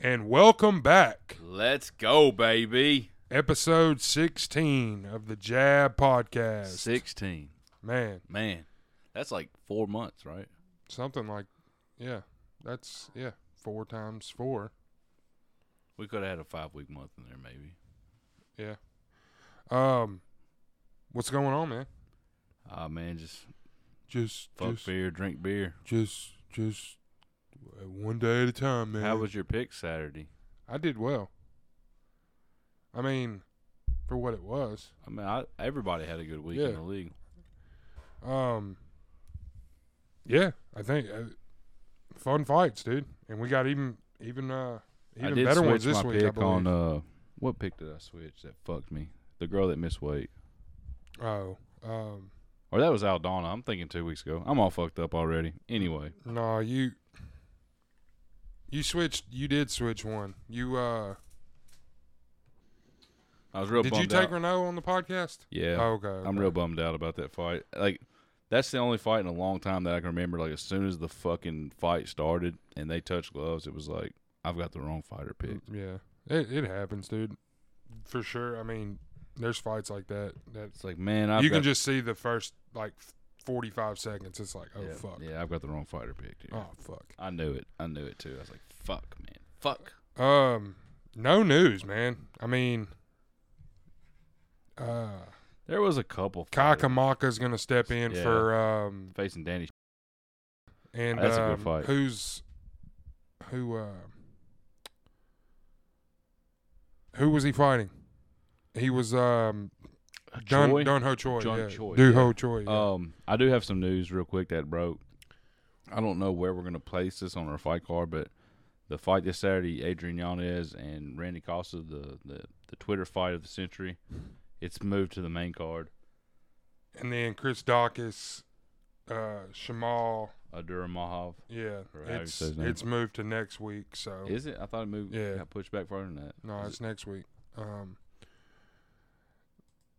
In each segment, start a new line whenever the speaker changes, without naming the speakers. and welcome back.
Let's go, baby.
Episode 16 of the Jab Podcast.
16.
Man,
Man, that's like four months, right?
something like, yeah, that's, yeah, four times four.
We could have had a five week month in there, maybe.
Yeah. Um, what's going on, man?
Ah, man, just
Just,
fuck
just,
beer, drink beer.
just, just uh, one day at a time, man.
How was your pick Saturday?
I did well. I mean, for what it was.
I mean, I, everybody had a good week in
Yeah.
the league.
Um. Yeah, I think uh, fun fights, dude, and we got even even uh
I
even
did
better
switch
ones this
my
week. I
pick on
believe.
uh, what pick did I switch that fucked me? The girl that missed weight,
oh, um,
or that was Aldana. I'm thinking two weeks ago. I'm all fucked up already. Anyway,
no, you you switched. You did switch one. You uh,
I was real.
did
bummed
you take
out.
Renault on the podcast?
Yeah.
Oh, okay,
I'm
okay.
real bummed out about that fight. Like, that's the only fight in a long time that I can remember. Like, as soon as the fucking fight started and they touched gloves, it was like, I've got the wrong fighter picked.
Mm, Yeah, it it happens, dude, for sure. I mean, there's fights like that that
It's like, man, I've
you
got,
can just see the first like 45 seconds. It's like, oh
yeah,
fuck,
yeah, I've got the wrong fighter picked. Dude.
oh fuck.
I knew it. I knew it too. I was like, fuck, man, fuck.
Um, no news, man. I mean, uh,
There was a couple fighters
Kakamaka's gonna step in
Yeah.
for um,
facing Danny.
and
That's a good
um,
fight.
who's who? Uh, who was he fighting? He was um Don
Choi?
Don Ho Choi,
John
yeah.
Choi,
Do
yeah.
Ho Choi. yeah.
Um, I do have some news real quick that broke. I don't know where we're gonna place this on our fight card, but the fight this Saturday, Adrian Yanez and Randy Costa, the, the, the Twitter fight of the century, it's moved to the main card.
and then Chris Dawkins, uh, Shamal.
Adura Mahov.
Yeah,
Or however you
it's
say his name.
it's moved to next week. So
Is it? I thought it moved
Oh. Yeah.
got pushed back farther than that.
No,
Is
it's next week. Um,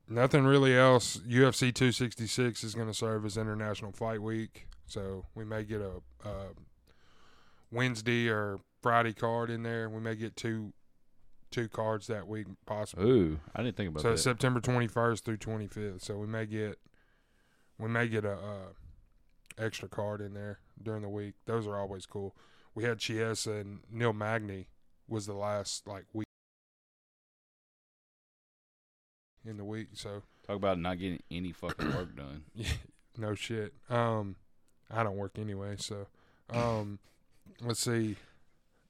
nothing really else. UFC 266 is going to serve as International Fight Week, so we may get a, uh Wednesday or Friday card in there. We may get two two cards that week,
it-
possibly.
Ooh, I didn't think about
so
that.
September 21st through 25th. So we may get we may get a uh, extra card in there during the week. Those are always cool. We had Chiesa and Neil Magny was the last like week in the week. So
Talk about not getting any fucking work done.
no shit. Um, I don't work anyway. So, um, let's see.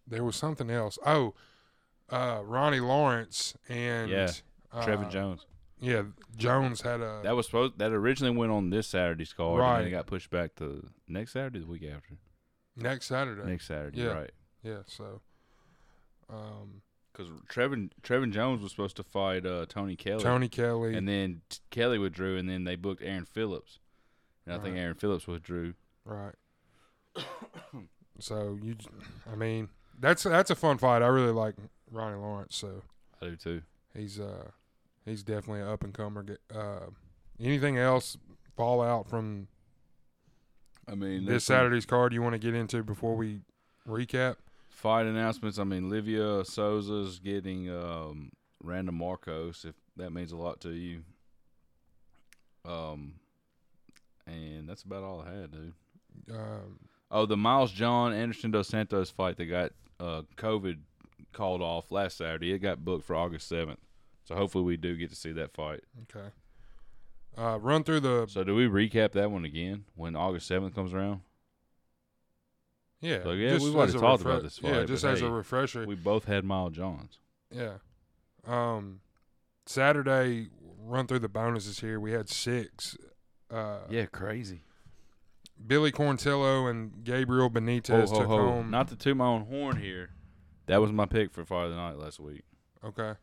There was something else. Oh, uh, Ronnie Lawrence and
Yeah,
uh,
Trevin Jones.
Yeah, Jones had a
That was supposed that originally went on this Saturday's card, and
Right.
then it got pushed back to next Saturday, the week after.
next Saturday.
Next Saturday,
Yeah.
right.
Yeah, so um,
Because Trevin Trevin Jones was supposed to fight uh, Tony Kelly,
Tony Kelly.
and then t- Kelly withdrew, and then they booked Aaron Phillips, and I think
Right.
Aaron Phillips withdrew.
right. so you, j- I mean, that's that's a fun fight. I really like Ronnie Lawrence, so
I do too.
he's uh he's definitely an up and comer. Get- Uh, anything else fallout from
I mean,
this Saturday's card you want to get into before we recap?
fight announcements. I mean, Livia Souza's getting um, Random Marcos, if that means a lot to you. Um, and that's about all I had, dude.
Um,
Oh, the Miles John Anderson dos Santos fight that got uh, COVID called off last Saturday. It got booked for August seventh. So hopefully we do get to see that fight.
okay. Uh, run through the
So do we recap that one again when August seventh comes around?
yeah.
So, yeah,
just
we've
as
already
a
talked about this
Yeah,
fight,
just
but
as a
hey,
refresher,
We both had Miles Johns.
Yeah. Um, Saturday run through the bonuses here. We had six. Uh,
Yeah, crazy.
Billy Corntillo and Gabriel
Ho,
Benitez
ho,
took
ho.
home.
Not to toot my own horn here. That was my pick for Fire of the Night last week.
okay.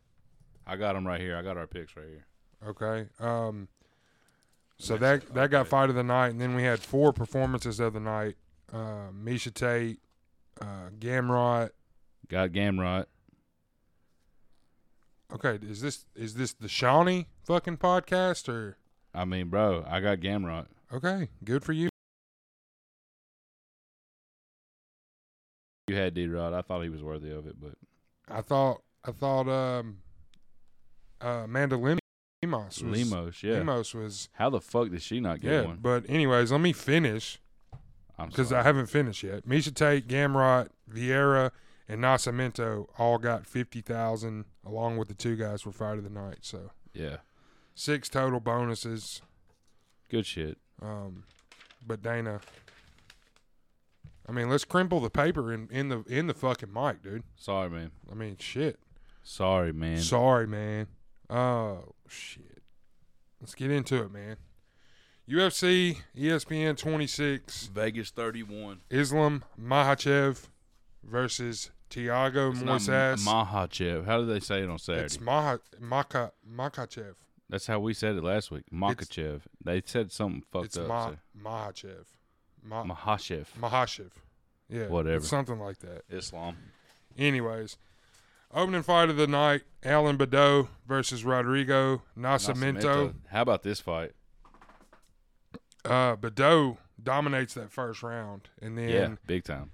I got them right here. I got our picks right here.
Okay. Um, so
That's
that that got fight of the night, and then we had four performances of the night. Uh, Misha Tate, uh, Gamrot.
Got Gamrot.
Okay, is this is this the Shawnee fucking podcast or?
I mean, bro, I got Gamrot.
Okay, good for you.
you had D Rod. I thought he was worthy of it, but
I thought I thought um uh Amanda Lemos was
Lemos, yeah.
Lemos was
How the fuck did she not get
yeah.
one?
But anyways, let me finish
I'm
because
sorry.
I haven't finished yet. Misha Tate, Gamrot, Vieira, and Nascimento all got fifty thousand along with the two guys for fight of the night. So
yeah,
six total bonuses.
good shit.
Um, but Dana, I mean, let's crimple the paper in, in the in the fucking mic, dude.
Sorry, man.
I mean, shit.
Sorry, man.
Sorry, man. Oh shit. Let's get into it, man. UFC, ESPN 26,
Vegas 31.
Islam Mahachev versus Tiago
It's not
Moises.
Mahachev. How did they say it on Saturday?
it's Maha Maka Makachev.
That's how we said it last week. Makachev. They said something fucked
It's
up.
Ma Mahachev. Ma,
so. Mahachev.
Mahachev. Yeah.
Whatever.
it's something like that.
Islam.
Anyways. Opening fight of the night, Alan Badeau versus Rodrigo Nascimento.
How about this fight?
Uh, Badeau dominates that first round. And then
yeah, big time.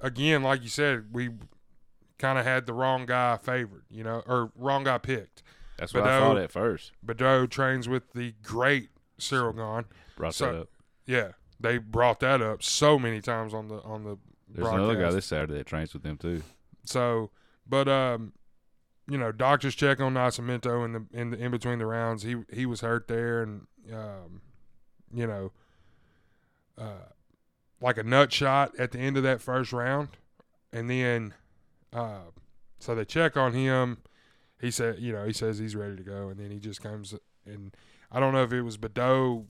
again, like you said, we kind of had the wrong guy favored, you know, or wrong guy picked.
That's what I
Badeau-
thought at first.
Badeau trains with the great Cyril Gahn.
Brought
So-
that up.
Yeah, they brought that up so many times on the on the
There's
broadcast.
another guy this Saturday that trains with them too.
so, but um, you know, doctors check on Nascimento in the in the in between the rounds. He he was hurt there, and um, you know, uh, like a nut shot at the end of that first round, and then, uh, so they check on him. He said, you know, he says he's ready to go, and then he just comes and I don't know if it was Badeau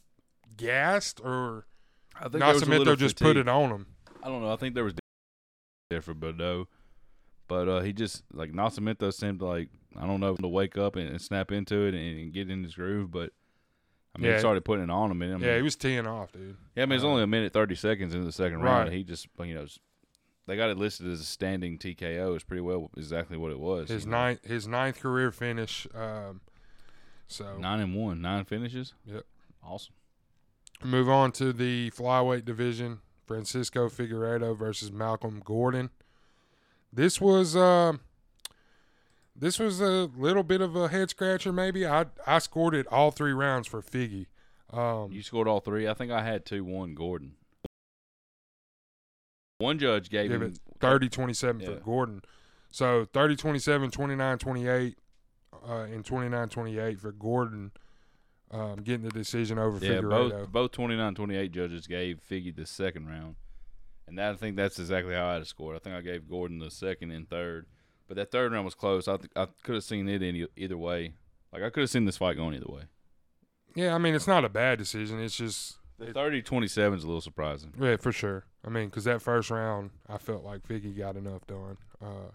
gassed or
I think
Nascimento just put it on him.
I don't know. I think there was there for Bordeaux, but uh, he just like Nascimento seemed like I don't know to wake up and, and snap into it and, and get in his groove. But I mean,
Yeah.
he started putting it on him. And, I mean,
yeah, he was teeing off, dude.
Yeah, I mean, it's
Uh,
only a minute thirty seconds into the second round.
Right.
and He just, you know, s- they got it listed as a standing TKO. Is pretty well exactly what it was.
His
you know.
ninth his ninth career finish. Um, so
nine and one, nine finishes.
Yep.
awesome.
move on to the flyweight division. Francisco Figueredo versus Malcolm Gordon. This was uh, this was a little bit of a head scratcher. Maybe I I scored it all three rounds for Figgy. Um,
You scored all three. I think I had two one Gordon. One judge gave
Give
him
it 30 27 for
Yeah.
Gordon. So 30 27, 29 28, uh, and 29 28 for Gordon um, getting the decision over
Yeah, both
Figueredo.
both 29, 28 judges gave Figgy the second round, and that, I think that's exactly how I'd have scored. I think I gave Gordon the second and third, but that third round was close. I th- I could have seen it any either way. Like I could have seen this fight going either way.
Yeah, I mean, it's not a bad decision. It's just,
The 30 27 is a little surprising.
yeah, for sure. I mean, because that first round, I felt like Figgy got enough done. Uh,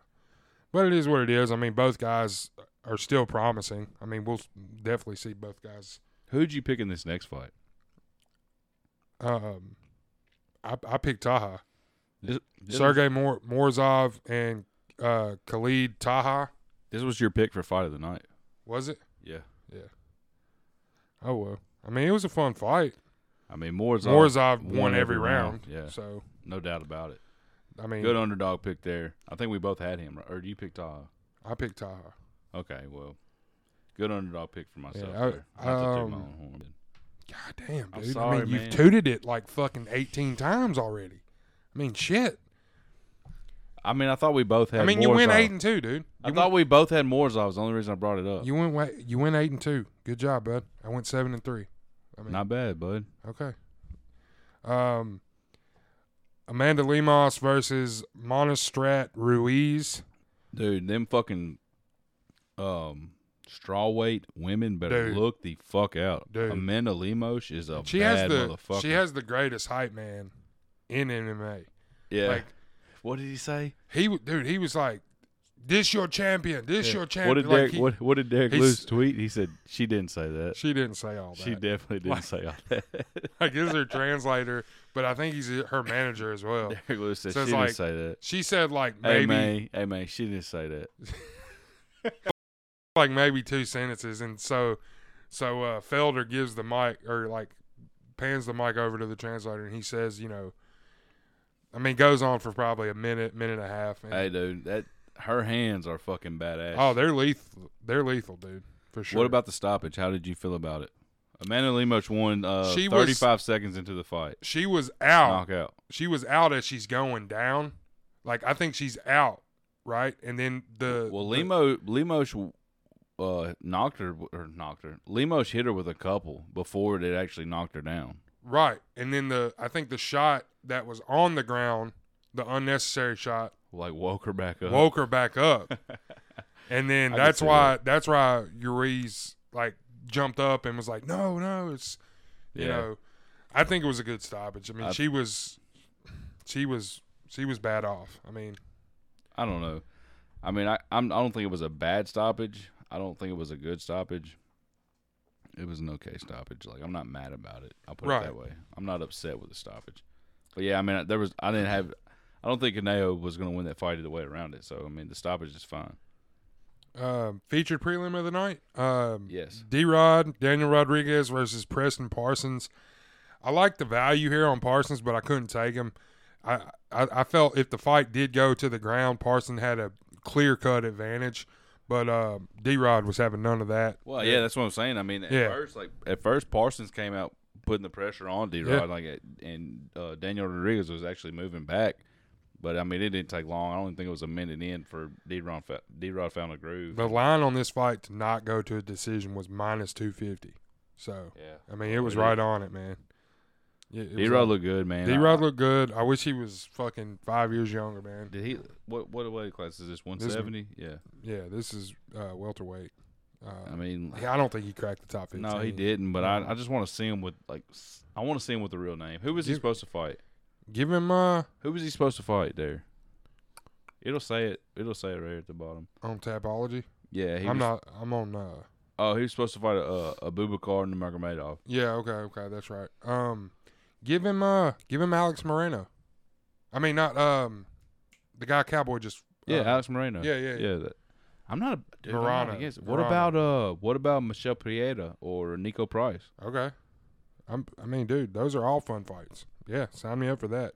but it is what it is. I mean, both guys are still promising. I mean, we'll s- definitely see both guys.
Who'd you pick in this next fight?
Um, I, I picked Taha.
This, this was,
Sergey Mor- Morzov and uh, Khalid Taha.
this was your pick for fight of the night.
Was it?
Yeah.
Oh well. I mean, it was a fun fight.
I mean, Morzov,
Morzov won, every round.
Yeah,
So
no doubt about it.
I mean,
Good underdog pick there. I think we both had him, right? or you picked Taha.
I picked Taha.
Okay, well, good underdog pick for myself.
I-
there. Not to toot my
um,
own horn.
God damn,
I'm
dude.
sorry,
I mean,
man.
you've tooted it like fucking eighteen times already. I mean, shit.
I mean, I thought we both had.
I mean, you went
Morzov.
eight and two, dude.
I thought we both had Morzov. Is the only reason I brought it up.
You went wa- you went eight and two. Good job, bud. I went seven and three. I mean,
Not bad, bud.
okay. Um, Amanda Lemos versus Monastrat Ruiz.
Dude, them fucking um straw weight women better
Dude.
look the fuck out.
Dude.
Amanda Lemos is a
She has
bad
the
motherfucker.
she has the greatest hype man in MMA.
yeah.
Like
what did he say?
he w- dude, he was like, "This your champion. This your champion."
What did
like
Derek?
he-
what, what did Derek
he's-
Lewis tweet? He said she didn't say that.
She didn't say all that.
She definitely didn't say all that.
Like this is her translator, but I think he's her manager as well.
Derek Lewis said
So it's
she
like,
didn't say that.
She said like
Hey
maybe
May, hey May, she didn't say that.
like maybe two sentences, and so so uh, Felder gives the mic or like pans the mic over to the translator, and he says, you know, I mean, goes on for probably a minute, minute and a half. and-
Hey, dude, that her hands are fucking badass.
oh, they're lethal. They're lethal, dude, for sure.
What about the stoppage? How did you feel about it? Amanda Lemos won uh,
She was- Oh.
35 seconds into the fight.
she was out?
Knockout.
She was out as she's going down. Like I think she's out, right? And then the
Well,
the-
Lemo Lemos uh, knocked her or knocked her. Lemos hit her with a couple before it actually knocked her down.
Right. And then the I think the shot that was on the ground, the unnecessary shot,
Like woke her back up.
woke her back up. and then
Uh-huh. I can
that's
see
why that's why Uriz like jumped up and was like, No, no, it's you
Yeah.
know I think it was a good stoppage. I mean
I-
she was she was she was bad off. I mean
I don't know. I mean, I I'm, I don't think it was a bad stoppage. I don't think it was a good stoppage. It was an okay stoppage. Like I'm not mad about it. I'll put
Right.
it that way. I'm not upset with the stoppage. But yeah, I mean, there was I didn't have. I don't think Caneo was going to win that fight either way around it. So I mean, the stoppage is fine.
um, featured prelim of the night. Um,
Yes.
D Rod, Daniel Rodriguez versus Preston Parsons. I like the value here on Parsons, but I couldn't take him. I, I, I felt if the fight did go to the ground, Parsons had a clear cut advantage, but uh, D Rod was having none of that.
Well, yeah, that's what I'm saying. I mean, at
Yeah.
first, like at first, Parsons came out putting the pressure on D Rod,
Yeah.
like, it- and uh, Daniel Rodriguez was actually moving back. But I mean, it didn't take long. I don't think it was a minute in for D Rod. D Rod found a groove.
The line on this fight to not go to a decision was minus 250. So,
Yeah.
I mean, it was
It is.
right on it, man. Yeah,
D Rod looked good, man.
D Rod
I-
looked good. I wish he was fucking five years younger, man.
Did he? What what weight class is this? One
This one.
seventy. Yeah.
Yeah, this is uh, welterweight. Uh,
I mean,
yeah, I don't think he cracked the top 15.
no, he didn't. But I, I just want to see him with like s- I want to see him with the real name. Who was he
You-
supposed to fight?
Give him. Uh,
Who was he supposed to fight there? It'll say it. It'll say it right at the bottom.
on um, Tapology.
Yeah, he
I'm
was,
not. I'm on. Uh,
Oh, he was supposed to fight a, a, a Bubakar and Uh, a Magomedov.
yeah. Okay. Okay. That's right. Um, give him. Uh, give him Alex Moreno. I mean, not um, the guy Cowboy just.
Yeah,
uh,
Alex Moreno.
yeah, yeah, yeah.
yeah. that- I'm not a dude, I'm
Morano,
not against it. What
Morano.
about uh? What about Michelle Prieta or Nico Price?
Okay. I'm. I mean, dude, those are all fun fights. Yeah. Sign me up for that.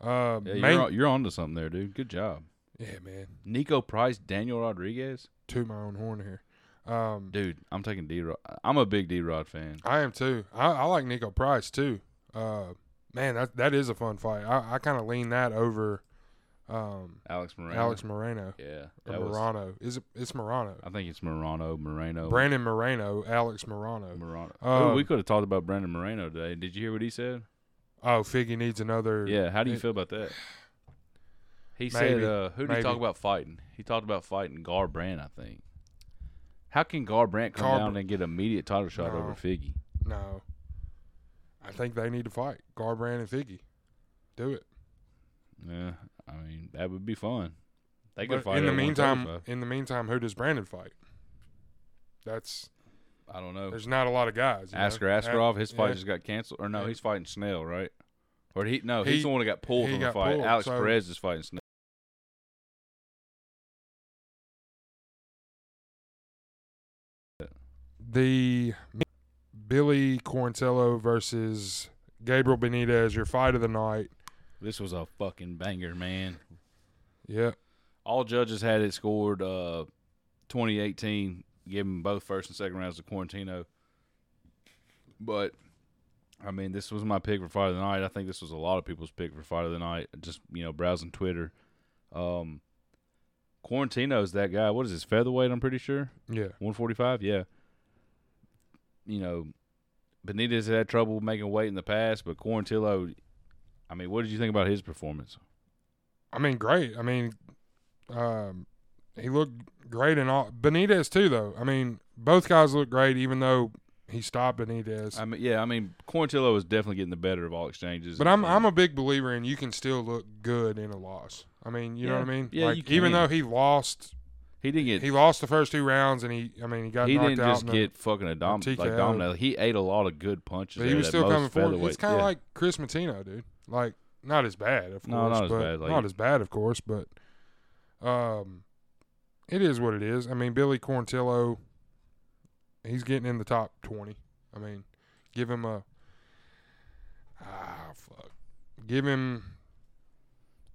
Uh,
Yeah,
main-
you're on, you're onto something there, dude. Good job.
yeah, man.
Nico Price, Daniel Rodriguez,
To my own horn here. Um,
dude. I'm taking D Rod. I'm a big D Rod fan.
I am too. I, I like Nico Price too. Uh, man, that that is a fun fight. I, I kind of lean that over. Um,
Alex Moreno.
Alex Moreno.
Yeah,
Or
that was-
Morano. Is it? It's Morano.
I think it's Morano. Moreno.
Brandon Moreno. Alex Morano.
Morano.
Um,
Ooh, we could have talked about Brandon Moreno today. Did you hear what he said?
Oh, Figgy needs another.
Yeah, how do you
it-
feel about that? He said,
Maybe,
uh, "Who did he
maybe.
talk about fighting?" He talked about fighting Garbrandt, I think. How can Garbrandt come
Garbrandt-
down and get immediate title shot
No.
over Figgy?
No. I think they need to fight Garbrand and Figgy. Do it.
Yeah, I mean that would be fun. They could
But
fight
in the
at
meantime,
135.
in the meantime, who does Brandon fight? That's
I don't know.
there's not a lot of guys. you know?
Oh. Asker Askarov, his fight
yeah.
just got canceled, or no,
Yeah.
he's fighting Snell, right? Or he no, he's
He-
the one that got pulled
he
from the
got
fight.
pulled,
Alex
so-
Perez is fighting Snell.
the Billy Corncello versus Gabriel Benitez, your fight of the night.
This was a fucking banger, man.
Yeah,
All judges had it scored uh, 2018, giving both first and second rounds to Quarantino. But, I mean, this was my pick for fight of the night. I think this was a lot of people's pick for fight of the night, just, you know, browsing Twitter. Um, Quarantino's that guy. What is his featherweight, I'm pretty sure?
yeah,
145, yeah. You know, Benitez had trouble making weight in the past, but Quarantillo, I mean, what did you think about his performance?
I mean, great. I mean, um, he looked great and all. Benitez too, though. I mean, both guys looked great, even though he stopped Benitez.
I mean, yeah, I mean, Quarantillo is definitely getting the better of all exchanges.
but I'm I'm a big believer in you can still look good in a loss. I mean, you know
Yeah.
what I mean?
Yeah,
like
you
even
can.
though he lost,
he didn't get
he lost the first two rounds, and he, I mean, he got
he
knocked
didn't
out.
just
in the-
get fucking a dom-
TKO.
like dominated. He ate a lot of good punches.
but he
there
was
that
still
most
coming forward.
featherweight-
It's kind of
yeah.
like Christmas Matino, dude. Like not as bad, of course.
No, not as
but-
bad, like-
not as bad, of course. But um, it is what it is. I mean, Billy Corntillo, he's getting in the top twenty. I mean, give him a ah fuck, give him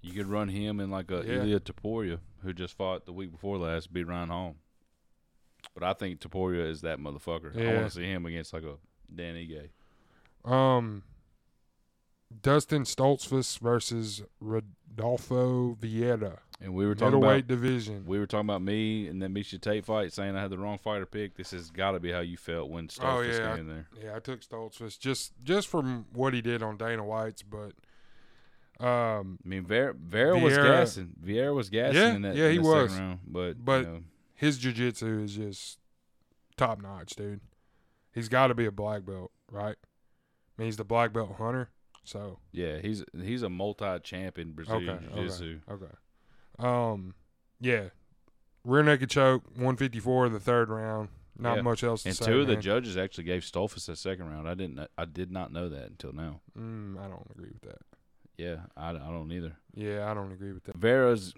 You could run him in like a
Yeah.
Ilya Taporia, who just fought the week before last, beat Ryan Hall. But I think Taporia is that motherfucker. I
Yeah.
want to see him against like a Dan Ige.
Um, Dustin Stoltzfus versus Rodolfo Vieira,
And we were talking about
middleweight division.
we were talking about me and then Misha Tate fight, saying I had the wrong fighter pick. This has got to be how you felt when Stokes was
Oh, yeah.
came in there.
Yeah, I took Stoltzfus just just from what he did on Dana White's, but um,
I mean, Vera, Vera was
Vieira-
gassing. Vieira was gassing
Yeah,
in that,
yeah,
in
he
the second
was.
round. But,
But-
you know,
his jiu-jitsu is just top notch, dude. He's got to be a black belt, right? I mean, he's the black belt hunter, so
yeah, he's he's a multi-champ in Brazilian
Okay, okay.
Jiu-Jitsu.
Okay. Um, yeah. Rear naked choke, 154 in the third round. Not
Yeah.
much else to
And
say.
two of the
man.
judges actually gave Stolfus a second round. I didn't. I did not know that until now.
Mm, I don't agree with that.
Yeah, I, I don't either.
Yeah, I don't agree with that.
Vera's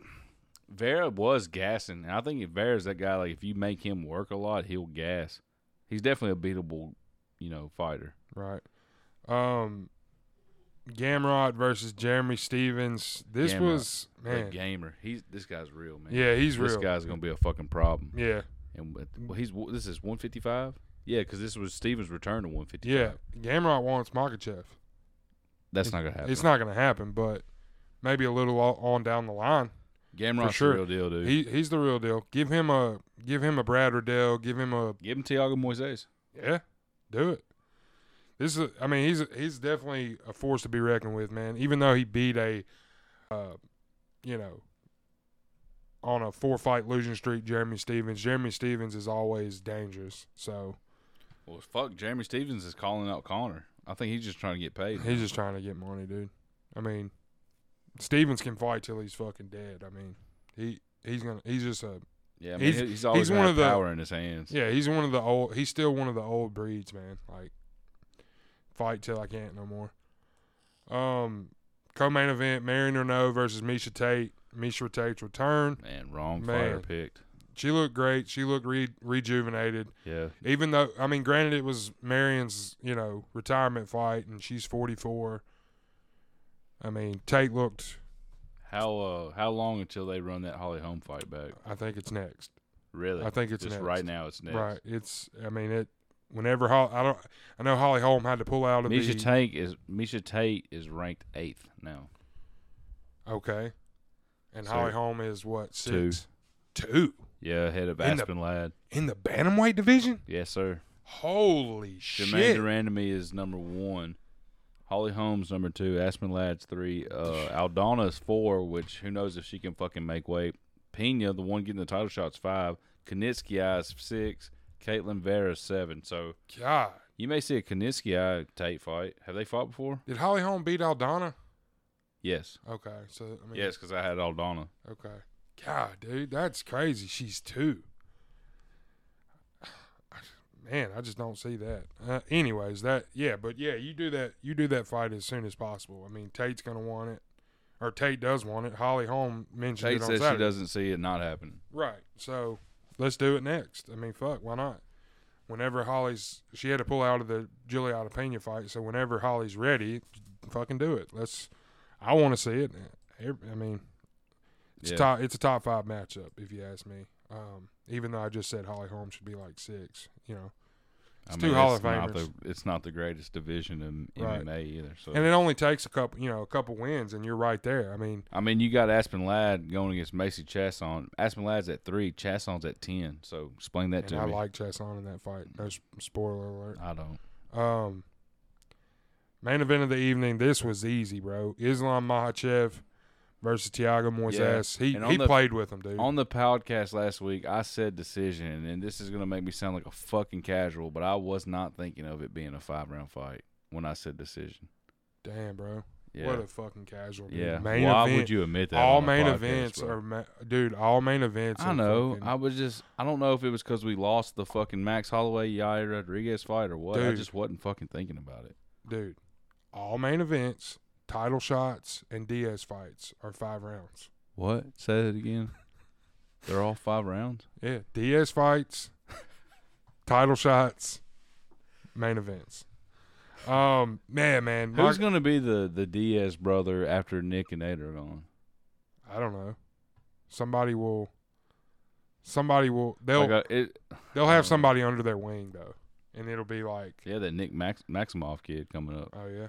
Vera was gassing, and I think if Vera's that guy. Like if you make him work a lot, he'll gas. He's definitely a beatable, you know, fighter.
Right. Um, Gamrod versus Jeremy Stevens. This
Gamrot.
was
A
man.
gamer. He's this guy's real, man.
Yeah, he's
this
real.
guy's gonna be a fucking problem.
Yeah,
And with, well, he's this is 155. Yeah, because this was Stevens' return to 155.
yeah. Gamrod wants Makachev.
that's not gonna happen.
It's not going to happen, but maybe a little o- on down the line.
Gamrot's
sure.
the real deal, dude.
He he's the real deal. Give him a give him a Brad Riddell. Give him a
Give him Tiago Moises.
Yeah, do it. This is, I mean, he's he's definitely a force to be reckoned with, man. Even though he beat a, uh, you know, on a four fight losing streak, Jeremy Stevens. Jeremy Stevens is always dangerous, so
Well, fuck, Jeremy Stevens is calling out Connor. I think he's just trying to get paid.
he's just trying to get money, dude. I mean, Stevens can fight till he's fucking dead. I mean, he he's gonna he's just a
Yeah, I mean,
he's-
he's, always
he's
gonna
one of
have
the-
power in his hands.
yeah he's one of the old he's still one of the old breeds, man. Like fight till I can't no more. Um, co-main event: Marion Renault versus Misha Tate. Misha Tate's return.
Man, wrong
Man.
fighter picked.
She looked great. She looked re- rejuvenated.
Yeah,
Even though, I mean, granted, it was Marion's you know retirement fight, and she's forty four. I mean, Tate looked.
how uh, how long until they run that Holly Holm fight back?
I think it's next.
Really?
I think it's
just
next.
right now. It's next.
Right. It's. I mean, it. Whenever Holly, I don't. I know Holly Holm had to pull out of
Misha
the.
Tate is Misha Tate is ranked eighth now.
okay. And
So-
Holly Holm is what
Two.
six two
Yeah, ahead of
In the-
Aspen Ladd.
in the bantamweight division.
Yes, sir.
Holy
Jermaine
shit!
Durand to me is number one. Holly Holmes number two. Aspen Ladd's three. Uh, Aldana's four, which who knows if she can fucking make weight. Pena, the one getting the title shots, five. Kanitski is six. Caitlin Vera seven. So
God,
you may see a Kanitski Tate fight. Have they fought before?
did Holly Holm beat Aldana?
Yes.
Okay, so I mean,
Yes, because I had Aldana.
Okay. God, dude, that's crazy. She's two. Man, I just don't see that. Uh, anyways, that yeah, but yeah, you do that. You do that fight as soon as possible. I mean, Tate's gonna want it, or Tate does want it. Holly Holm mentioned
Tate
it on
says she
Saturday.
doesn't see it not happening.
Right. So let's do it next. I mean, fuck, why not? Whenever Holly's, she had to pull out of the Juliana Pena fight. So whenever Holly's ready, fucking do it. Let's. I want to see it. Every- I mean, it's
Yeah.
top. It's a top five matchup if you ask me. Um, even though I just said Holly Holm should be like six, you know, It's two Hall
it's
of
not
Famers.
the- It's not the greatest division in
Right.
MMA either. So
and it only takes a couple, you know, a couple wins, and you're right there. I mean,
I mean, you got Aspen Ladd going against Macy Chasson. Aspen Ladd's at three, Chasson's at ten. So explain that
and
to
I
me.
like Chasson in that fight. No s- spoiler alert.
I don't.
Um, main event of the evening. This was easy, bro. Islam Mahachev versus Tiago Moises.
And
He
on
he
the-
played with him, dude.
On the podcast last week, I said decision, and this is gonna make me sound like a fucking casual, but I was not thinking of it being a five round fight when I said decision.
Damn, bro.
Yeah.
What a fucking casual. Dude.
yeah.
Main
Why
event.
would you admit that?
all
on a
main
podcast,
events
bro?
are, ma- dude. All main events.
I
are
know.
fucking-
I was just. I don't know if it was because we lost the fucking Max Holloway Yair Rodriguez fight or what. I
Dude.
just wasn't fucking thinking about it.
dude. All main events, title shots, and Diaz fights are five rounds.
What? Say it again. They're all five rounds.
Yeah, Diaz fights, title shots, main events. Um, man, man,
Who's
Mike-
going to be the the Diaz brother after Nick and Nate are gone?
I don't know. Somebody will. Somebody will. They'll
Like, uh, it,
they'll have somebody under their wing though, and it'll be like,
yeah, that Nick Max, Maximoff kid coming up.
oh yeah,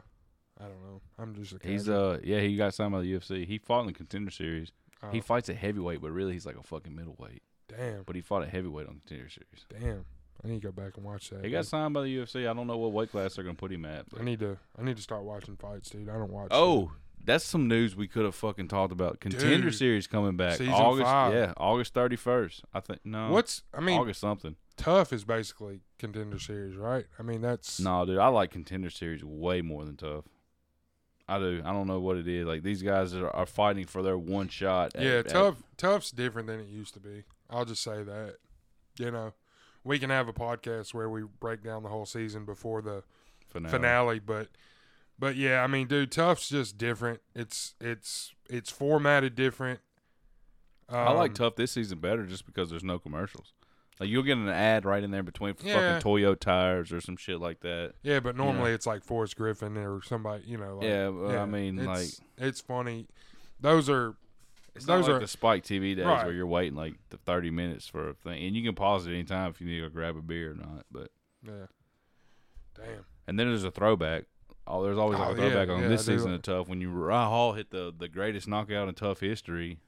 I don't know. I'm just a
He's
casual.
uh yeah he got signed by the UFC. He fought in the contender series.
Oh,
He fights at heavyweight, but really he's like a fucking middleweight.
damn
But he fought at heavyweight on contender series.
damn. I need to go back and watch that.
He
dude.
got signed by the UFC. I don't know what weight class they're gonna put him at.
I
But.
need to I need to start watching fights, dude. I don't watch.
Oh, that's some news we could have fucking talked about. Contender
Dude.
series coming back
Season
August.
five.
Yeah, August thirty first. I think no.
shit. what's I mean?
August something?
Tough is basically contender series, right? I mean that's
No, dude, I like contender series way more than tough. I do. I don't know what it is. Like these guys are, are fighting for their one shot. at-
Yeah,
at-
tough. Tough's different than it used to be. I'll just say that. You know, we can have a podcast where we break down the whole season before the
finale.
finale, but but yeah, I mean, dude, tough's just different. It's it's it's formatted different.
I like
Um,
tough this season better just because there's no commercials. Like you'll get an ad right in there between for
Yeah.
fucking Toyo tires or some shit like that.
Yeah, but normally it's like Forrest Griffin or somebody. You know. Like,
yeah, well, I mean,
it's,
like
it's funny. Those are
It's
Those
not like
are-
the Spike TV days
Right.
where you're waiting like the 30 minutes for a thing, and you can pause it anytime if you need to go grab a beer or not. But
yeah. Damn.
and then there's a throwback. Oh, there's always like
Oh,
a throwback
yeah,
on
yeah,
this
I do.
season of tough when you Ryan Hall hit the the greatest knockout in tough history,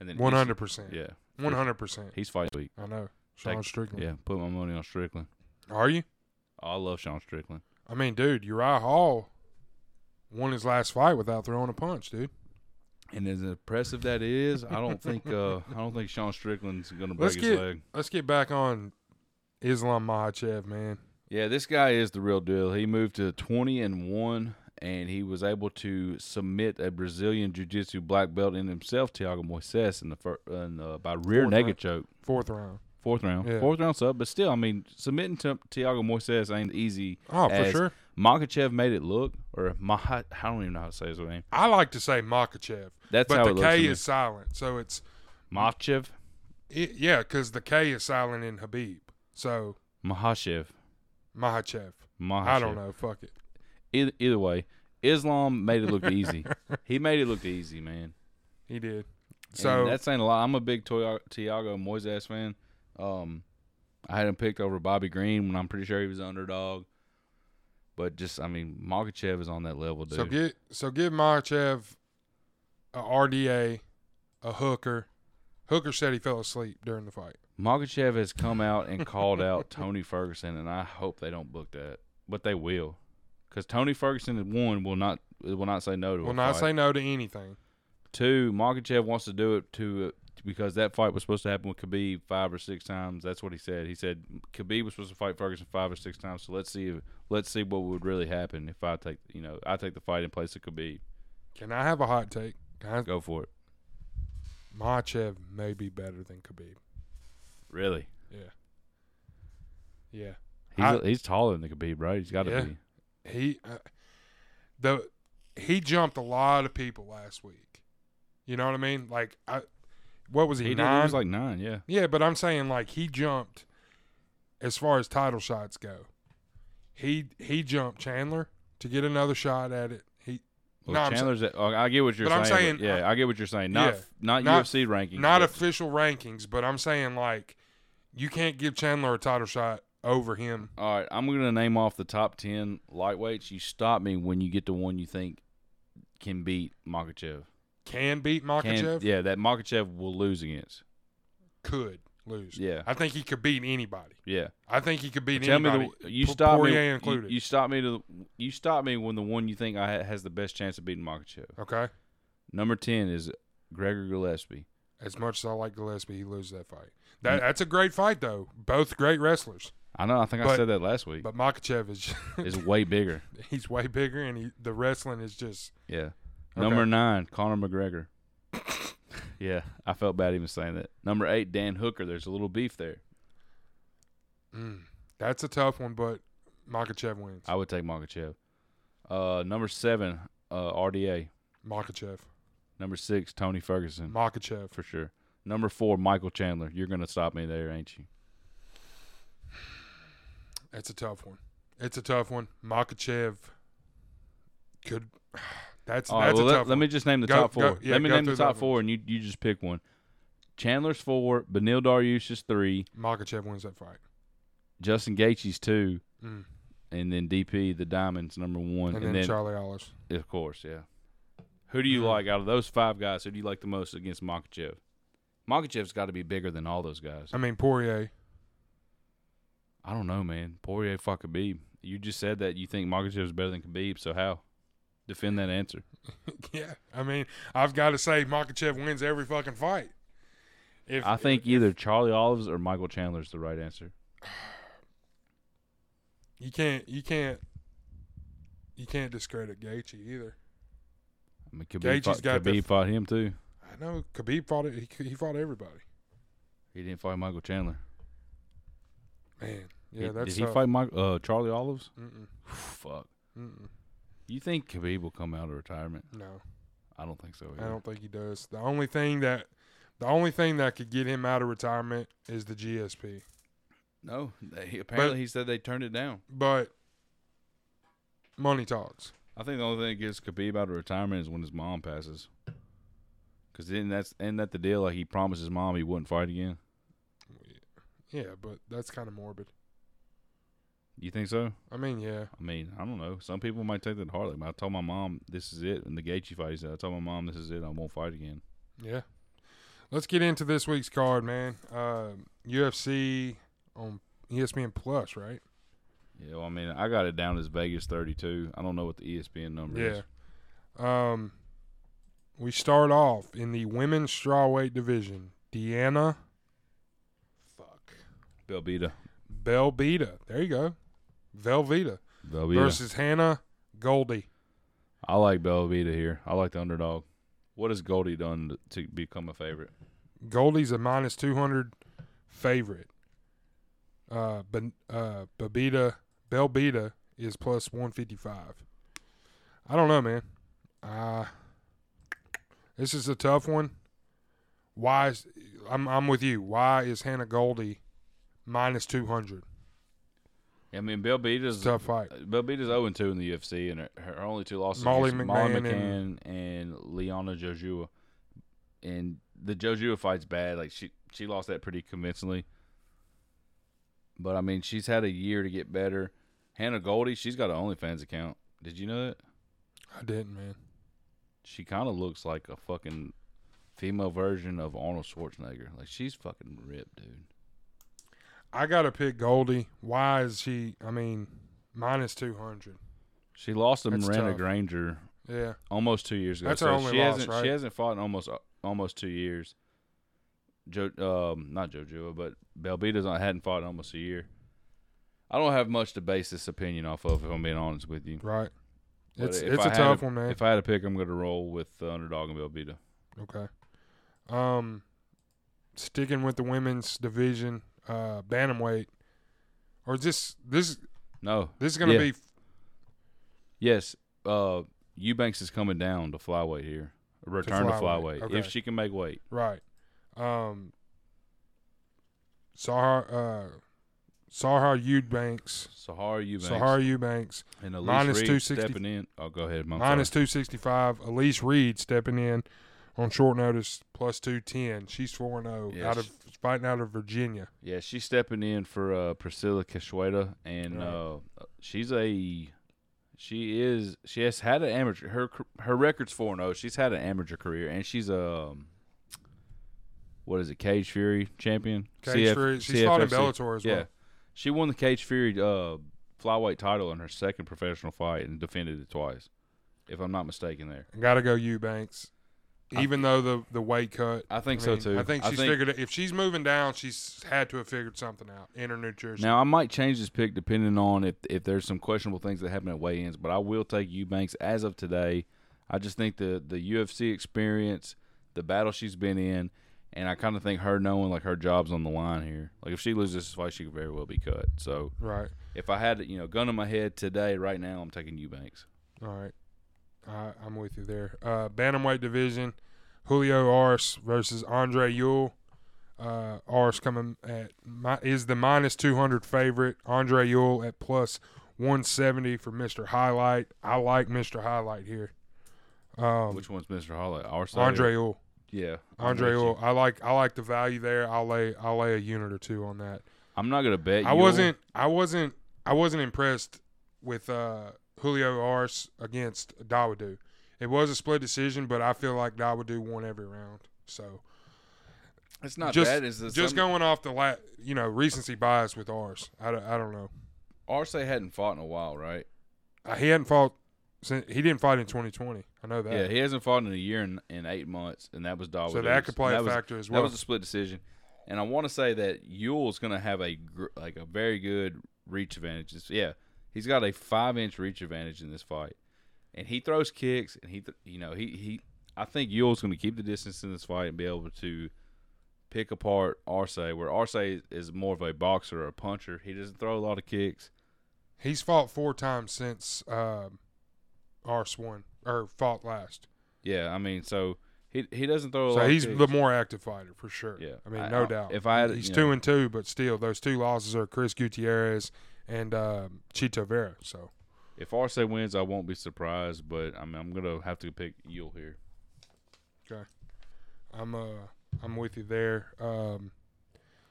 and then
One hundred percent.
Yeah,
One hundred percent.
he's fighting. Week.
I know. Sean
Take-
Strickland.
Yeah, put my money on Strickland.
Are you?
Oh, I love Sean Strickland.
I mean, dude, Uriah Hall won his last fight without throwing a punch, dude.
And as impressive that is, I don't think uh I don't think Sean Strickland's gonna break
Let's
his
get-
leg.
Let's get back on Islam Mahachev, man.
Yeah, this guy is the real deal. He moved to 20 and 1 and he was able to submit a Brazilian jiu-jitsu black belt in himself Thiago Moises in the fir- in, uh, by rear
Fourth
naked
round.
choke.
Fourth round.
Fourth round.
Yeah.
Fourth round sub, but still, I mean, submitting to Thiago Moises ain't easy.
Oh,
as
for sure.
Makachev made it look or Maha, I don't even know how to say his name.
I like to say Makachev,
That's how
but
it
the
looks.
K
to me.
is silent, so it's
Machev,
it, yeah, because the K is silent in Habib. So
Mahachev,
Mahachev.
Mahachev.
I don't know. Fuck it.
Either, either way, Islam made it look easy. he made it look easy, man.
He did. So
So that's saying a lot. I'm a big Toya- Tiago Moises fan. Um, I had him picked over Bobby Green when I'm pretty sure he was the underdog. But just, I mean, Makachev is on that level, dude.
so get so give Mahachev a RDA, a hooker. Hooker said he fell asleep during the fight.
Makachev has come out and called out Tony Ferguson, and I hope they don't book that, but they will, because Tony Ferguson one will not will not say no to.
Will
a
not
fight.
say no to anything.
Two, Makachev wants to do it to because that fight was supposed to happen with Khabib five or six times. That's what he said. He said Khabib was supposed to fight Ferguson five or six times. So let's see if, let's see what would really happen if I take you know I take the fight in place of Khabib.
Can I have a hot take? Can I,
Go for it.
Mahachev may be better than Khabib.
Really,
Yeah. Yeah.
he's
I-
he's taller than Khabib, right? He's got to
Yeah.
be.
He uh, the he jumped a lot of people last week. You know what I mean? Like I what was
He,
he,
did- he
nine?
was like nine, yeah.
yeah, but I'm saying like he jumped as far as title shots go. He he jumped Chandler to get another shot at it. He
Well,
No, I'm sa-
Chandler's. at, oh, I get what you're
But I'm
saying. but-
saying-
yeah, I, get what you're saying. Not
Yeah.
not,
Not-
UFC rankings.
not
but
official rankings, but I'm saying like you can't give Chandler a title shot over him.
All right, I'm going to name off the top 10 lightweights. You stop me when you get to one you think can beat Makachev.
Can beat
Can-
Makachev.
yeah, that Makachev will lose against.
Could lose.
Yeah.
I think he could beat anybody.
Yeah.
I think he could beat
Tell
anybody.
me the you
Po-
stop me
Poirier
you-
included.
You, stop me to the, you stop me when the one you think I ha- has the best chance of beating Makachev.
okay.
Number 10 is Gregor Gillespie.
As much as I like Gillespie, he loses that fight. That, that's a great fight though. Both great wrestlers,
I know, I think I
But-
said that last week.
but Makachev is
Is way bigger.
he's way bigger, and he, the wrestling is just
Yeah.
Okay.
Number nine, Conor McGregor. yeah, I felt bad even saying that. Number eight, Dan Hooker. There's a little beef there.
mm, that's a tough one. But Makachev wins.
I would take Makachev. Uh, number seven, uh, RDA.
Makachev,
Number six, Tony Ferguson
Makachev.
for sure. Number four, Michael Chandler. You're gonna stop me there, ain't you?
That's a tough one. It's a tough one. Makachev could. That's
All right,
that's
well,
a
let,
tough
let
one.
me just name the
Go-
top
go-
four.
yeah,
let me
go
name the
through the
top
other
four, and you you just pick one. Chandler's four, Benil Dariush is three,
Makachev wins that fight.
Justin Gaethje's two,
Mm.
and then DP the Diamond's number one,
And, then, Charlie Hollis.
of course, yeah. Who do you
Mhm.
like out of those five guys? Who do you like the most against Makachev? Makachev's got to be bigger than all those guys.
I mean Poirier.
I don't know, man. Poirier fuck Khabib. You just said that you think Makachev's better than Khabib, so how? Defend that answer.
yeah. I mean, I've got to say Makachev wins every fucking fight. If
I think either Charlie Olives or Michael Chandler's the right answer.
you can't you can't you can't discredit Gaethje either.
I mean, Khabib,
Gaethje's
fought,
got the-
Khabib fought him too.
I know Khabib fought it. He, he fought everybody.
He didn't fight Michael Chandler.
Man, yeah,
He-
that's
did he
tough.
fight Mike, uh, Charlie Olives?
Mm-mm,
Fuck.
mm-mm,
You think Khabib will come out of retirement?
no,
I don't think so.
I
Either.
don't think he does. The only thing that the only thing that could get him out of retirement is the GSP.
No, they, apparently he said they turned it down.
But money talks.
I think the only thing that gets Khabib out of retirement is when his mom passes. Cause then that's isn't that the deal? Like he promised his mom he wouldn't fight again.
Yeah, but that's kind of morbid.
You think so?
I mean, yeah,
I mean, I don't know. Some people might take that hard. Like I told my mom, this is it. And the Gaethje fight, he said, I told my mom, this is it. I won't fight again.
yeah. Let's get into this week's card, man. Uh, UFC on E ESPN Plus, right?
Yeah, well, I mean, I got it down as Vegas 32. I don't know what the E ESPN number is.
Yeah. Um, we start off in the women's strawweight division. Deanna, fuck,
Belbita.
Belvita. There you go, Velveeta
Belbita.
versus Hannah Goldie.
I like Belvita here. I like the underdog. What has Goldie done to become a favorite?
Goldie's a minus two hundred favorite. Uh, but uh, Babita Belbita is plus one fifty five. I don't know, man. Uh this is a tough one. Why is I'm I'm with you. Why is Hannah Goldie minus two hundred?
I mean, Belbita's
Tough fight.
Belbita's 0 2 in the UFC, and her, her only two losses
Molly
against
McMahon
McMahon and, Leona Jojua. And the Jojua fight's bad. Like she she lost that pretty convincingly. But I mean, she's had a year to get better. Hannah Goldie, she's got an OnlyFans account. Did you know that?
I didn't, man.
she kind of looks like a fucking female version of Arnold Schwarzenegger. Like she's fucking ripped, dude.
I gotta pick Goldie. Why is she? I mean, minus two hundred.
She lost to
That's
Miranda
tough.
Granger
Yeah.
almost two years ago.
That's her only
she
loss,
hasn't,
right?
She hasn't fought in almost uh, almost two years. Jo, um, not JoJo, but Belbita's not hadn't fought in almost a year. I don't have much to base this opinion off of, if I'm being honest with you.
Right.
But
It's
if
it's
I
a
had
tough
to-
one, man.
If I had to pick, I'm going to roll with the underdog and Belbita.
Okay. Um, sticking with the women's division, uh, bantamweight, or is this this
No,
this is gonna
Yeah.
be
Yes, uh, Eubanks is coming down to flyweight here. Return to
flyweight,
flyweight,
okay.
if she can make weight.
right. Um, Sahar uh, Sahar Eubanks,
Sahara Eubanks
Sahar Eubanks,
and Elise
minus
Reed
260
stepping in. Oh, go ahead. I'm
minus
sorry.
two sixty five. Elise Reed stepping in on short notice, plus two ten. She's four zero
Yeah,
out of
she-
fighting out of Virginia.
Yeah, she's stepping in for uh, Priscilla Cashueta, and
Right.
uh, she's a she is she has had an amateur her her record's four zero. She's had an amateur career, and she's a um, what is it? Cage Fury champion.
Cage
CF
Fury, she's fought in
CFFC.
Bellator as
yeah.
well.
She won the Cage Fury uh, flyweight title in her second professional fight and defended it twice, if I'm not mistaken. There,
Gotta go Eubanks. Even though the the weight cut,
I think
mean,
so too.
I think she's figured it. If she's moving down, she's had to have figured something out in her nutrition.
Now I might change this pick depending on if if there's some questionable things that happen at weigh-ins, but I will take Eubanks as of today. I just think the the UFC experience, the battle she's been in, and I kind of think her knowing like her job's on the line here. Like if she loses this fight, she could very well be cut. So
right.
if I had you know gun in my head today, right now, I'm taking Eubanks.
All right. I, I'm with you there. Uh, Bantamweight division, Julio Arce versus Andre Yule. Uh, Arce coming at my, is the minus 200 favorite. Andre Yule at plus 170 for Mr. Highlight. I like Mr. Highlight here. Um,
Which one's Mr. Holloway? Our side.
Andre Ull.
Yeah.
Andre
Ull.
Ull. I like I like the value there. I'll lay I'll lay a unit or two on that.
I'm not gonna bet.
I
Ewell.
wasn't I wasn't I wasn't impressed with uh, Julio Arce against Dawoodu. It was a split decision, but I feel like Dawoodu won every round. So
It's not
just-
bad. It's the
just
some-
going off the la- you know recency bias with Arce, I, don't- I don't know.
Arce hadn't fought in a while, right?
Uh, He hadn't fought since he didn't fight in 2020. I know that.
Yeah, he hasn't fought in a year and, and eight months, and that was Dawes.
so that could play
that
a
was,
factor as
That
well.
was a split decision, and I want to say that Ewell's going to have a gr- like a very good reach advantage. It's- yeah, he's got a five inch reach advantage in this fight, and he throws kicks, and he th- you know he he. I think Ewell's going to keep the distance in this fight and be able to pick apart Arce, where Arce is more of a boxer or a puncher. He doesn't throw a lot of kicks.
He's fought four times since um, Arce won or fought last.
Yeah, I mean, so he he doesn't throw. A lot
So
of
he's
kicks.
the more active fighter for sure.
Yeah.
I mean,
I-
no
I-
doubt.
if I had-
he's
you
two
know.
and two, but still, those two losses are Chris Gutierrez and um, Chito Vera. So
If Arce wins, I won't be surprised, but I mean, I'm gonna have to pick Yule here.
I'm uh I'm with you there. Um,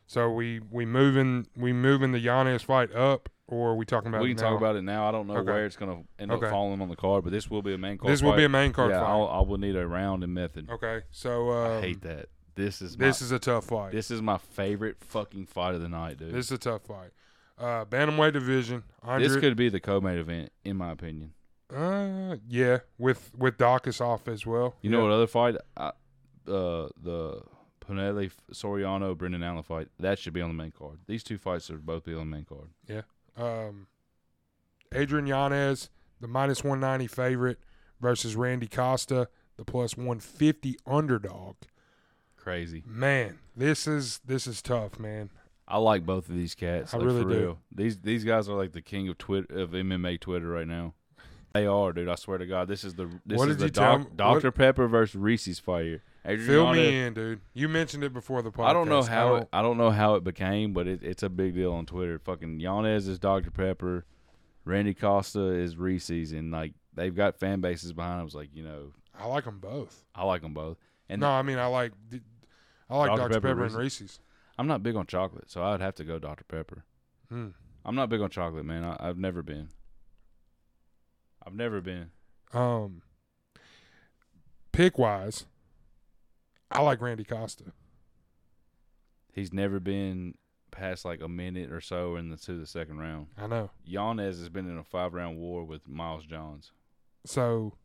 so we we moving we moving the Giannis fight up, or are we talking about
we
it
can talk
now?
about it now. I don't know
Okay.
where it's gonna end up
Okay.
falling on the card, but this will be a main card.
this will be a
fight.
main card
yeah,
fight.
I'll, I will need a round in method.
okay, so um,
I hate that. This is
this
my,
is a tough fight.
this is my favorite fucking fight of the night, dude. This,
This is a tough fight. Uh, bantamweight division. Andre,
could be the co-main event, in my opinion.
uh, yeah, with with Dawkins off as well.
You know what other fight? I, uh, the Pinelli Soriano Brendan Allen fight that should be on the main card. These two fights should both be on the main card.
Um, Adrian Yanez, the minus one ninety favorite, versus Randy Costa, the plus one fifty underdog.
Crazy.
Man, this is this is tough, man.
I like both of these cats.
I
like,
really
for
do.
Real. These these guys are like the king of Twitter of MMA Twitter right now. They are, dude. I swear to God, this is the this
What
is
did
the
you tell me- what-
Dr Pepper versus Reese's fight here. Adrian
Fill
Yanez-
me in, dude. You mentioned it before the podcast.
I don't know how
I
it, I don't know how it became, but it, it's a big deal on Twitter. Fucking Yanez is Dr Pepper, Randy Costa is Reese's, and like they've got fan bases behind. them. It's like you know,
I like them both.
I like them both. And
no, I mean I like I like Dr, Pepper, and Reese's.
I'm not big on chocolate, so I'd have to go Dr Pepper.
Hmm.
I'm not big on chocolate, man. I, I've never been. I've never been.
Um, pick wise, I like Randy Costa.
He's never been past like a minute or so in the to the second round.
I know.
Yanez has been in a five round war with Miles Johns.
So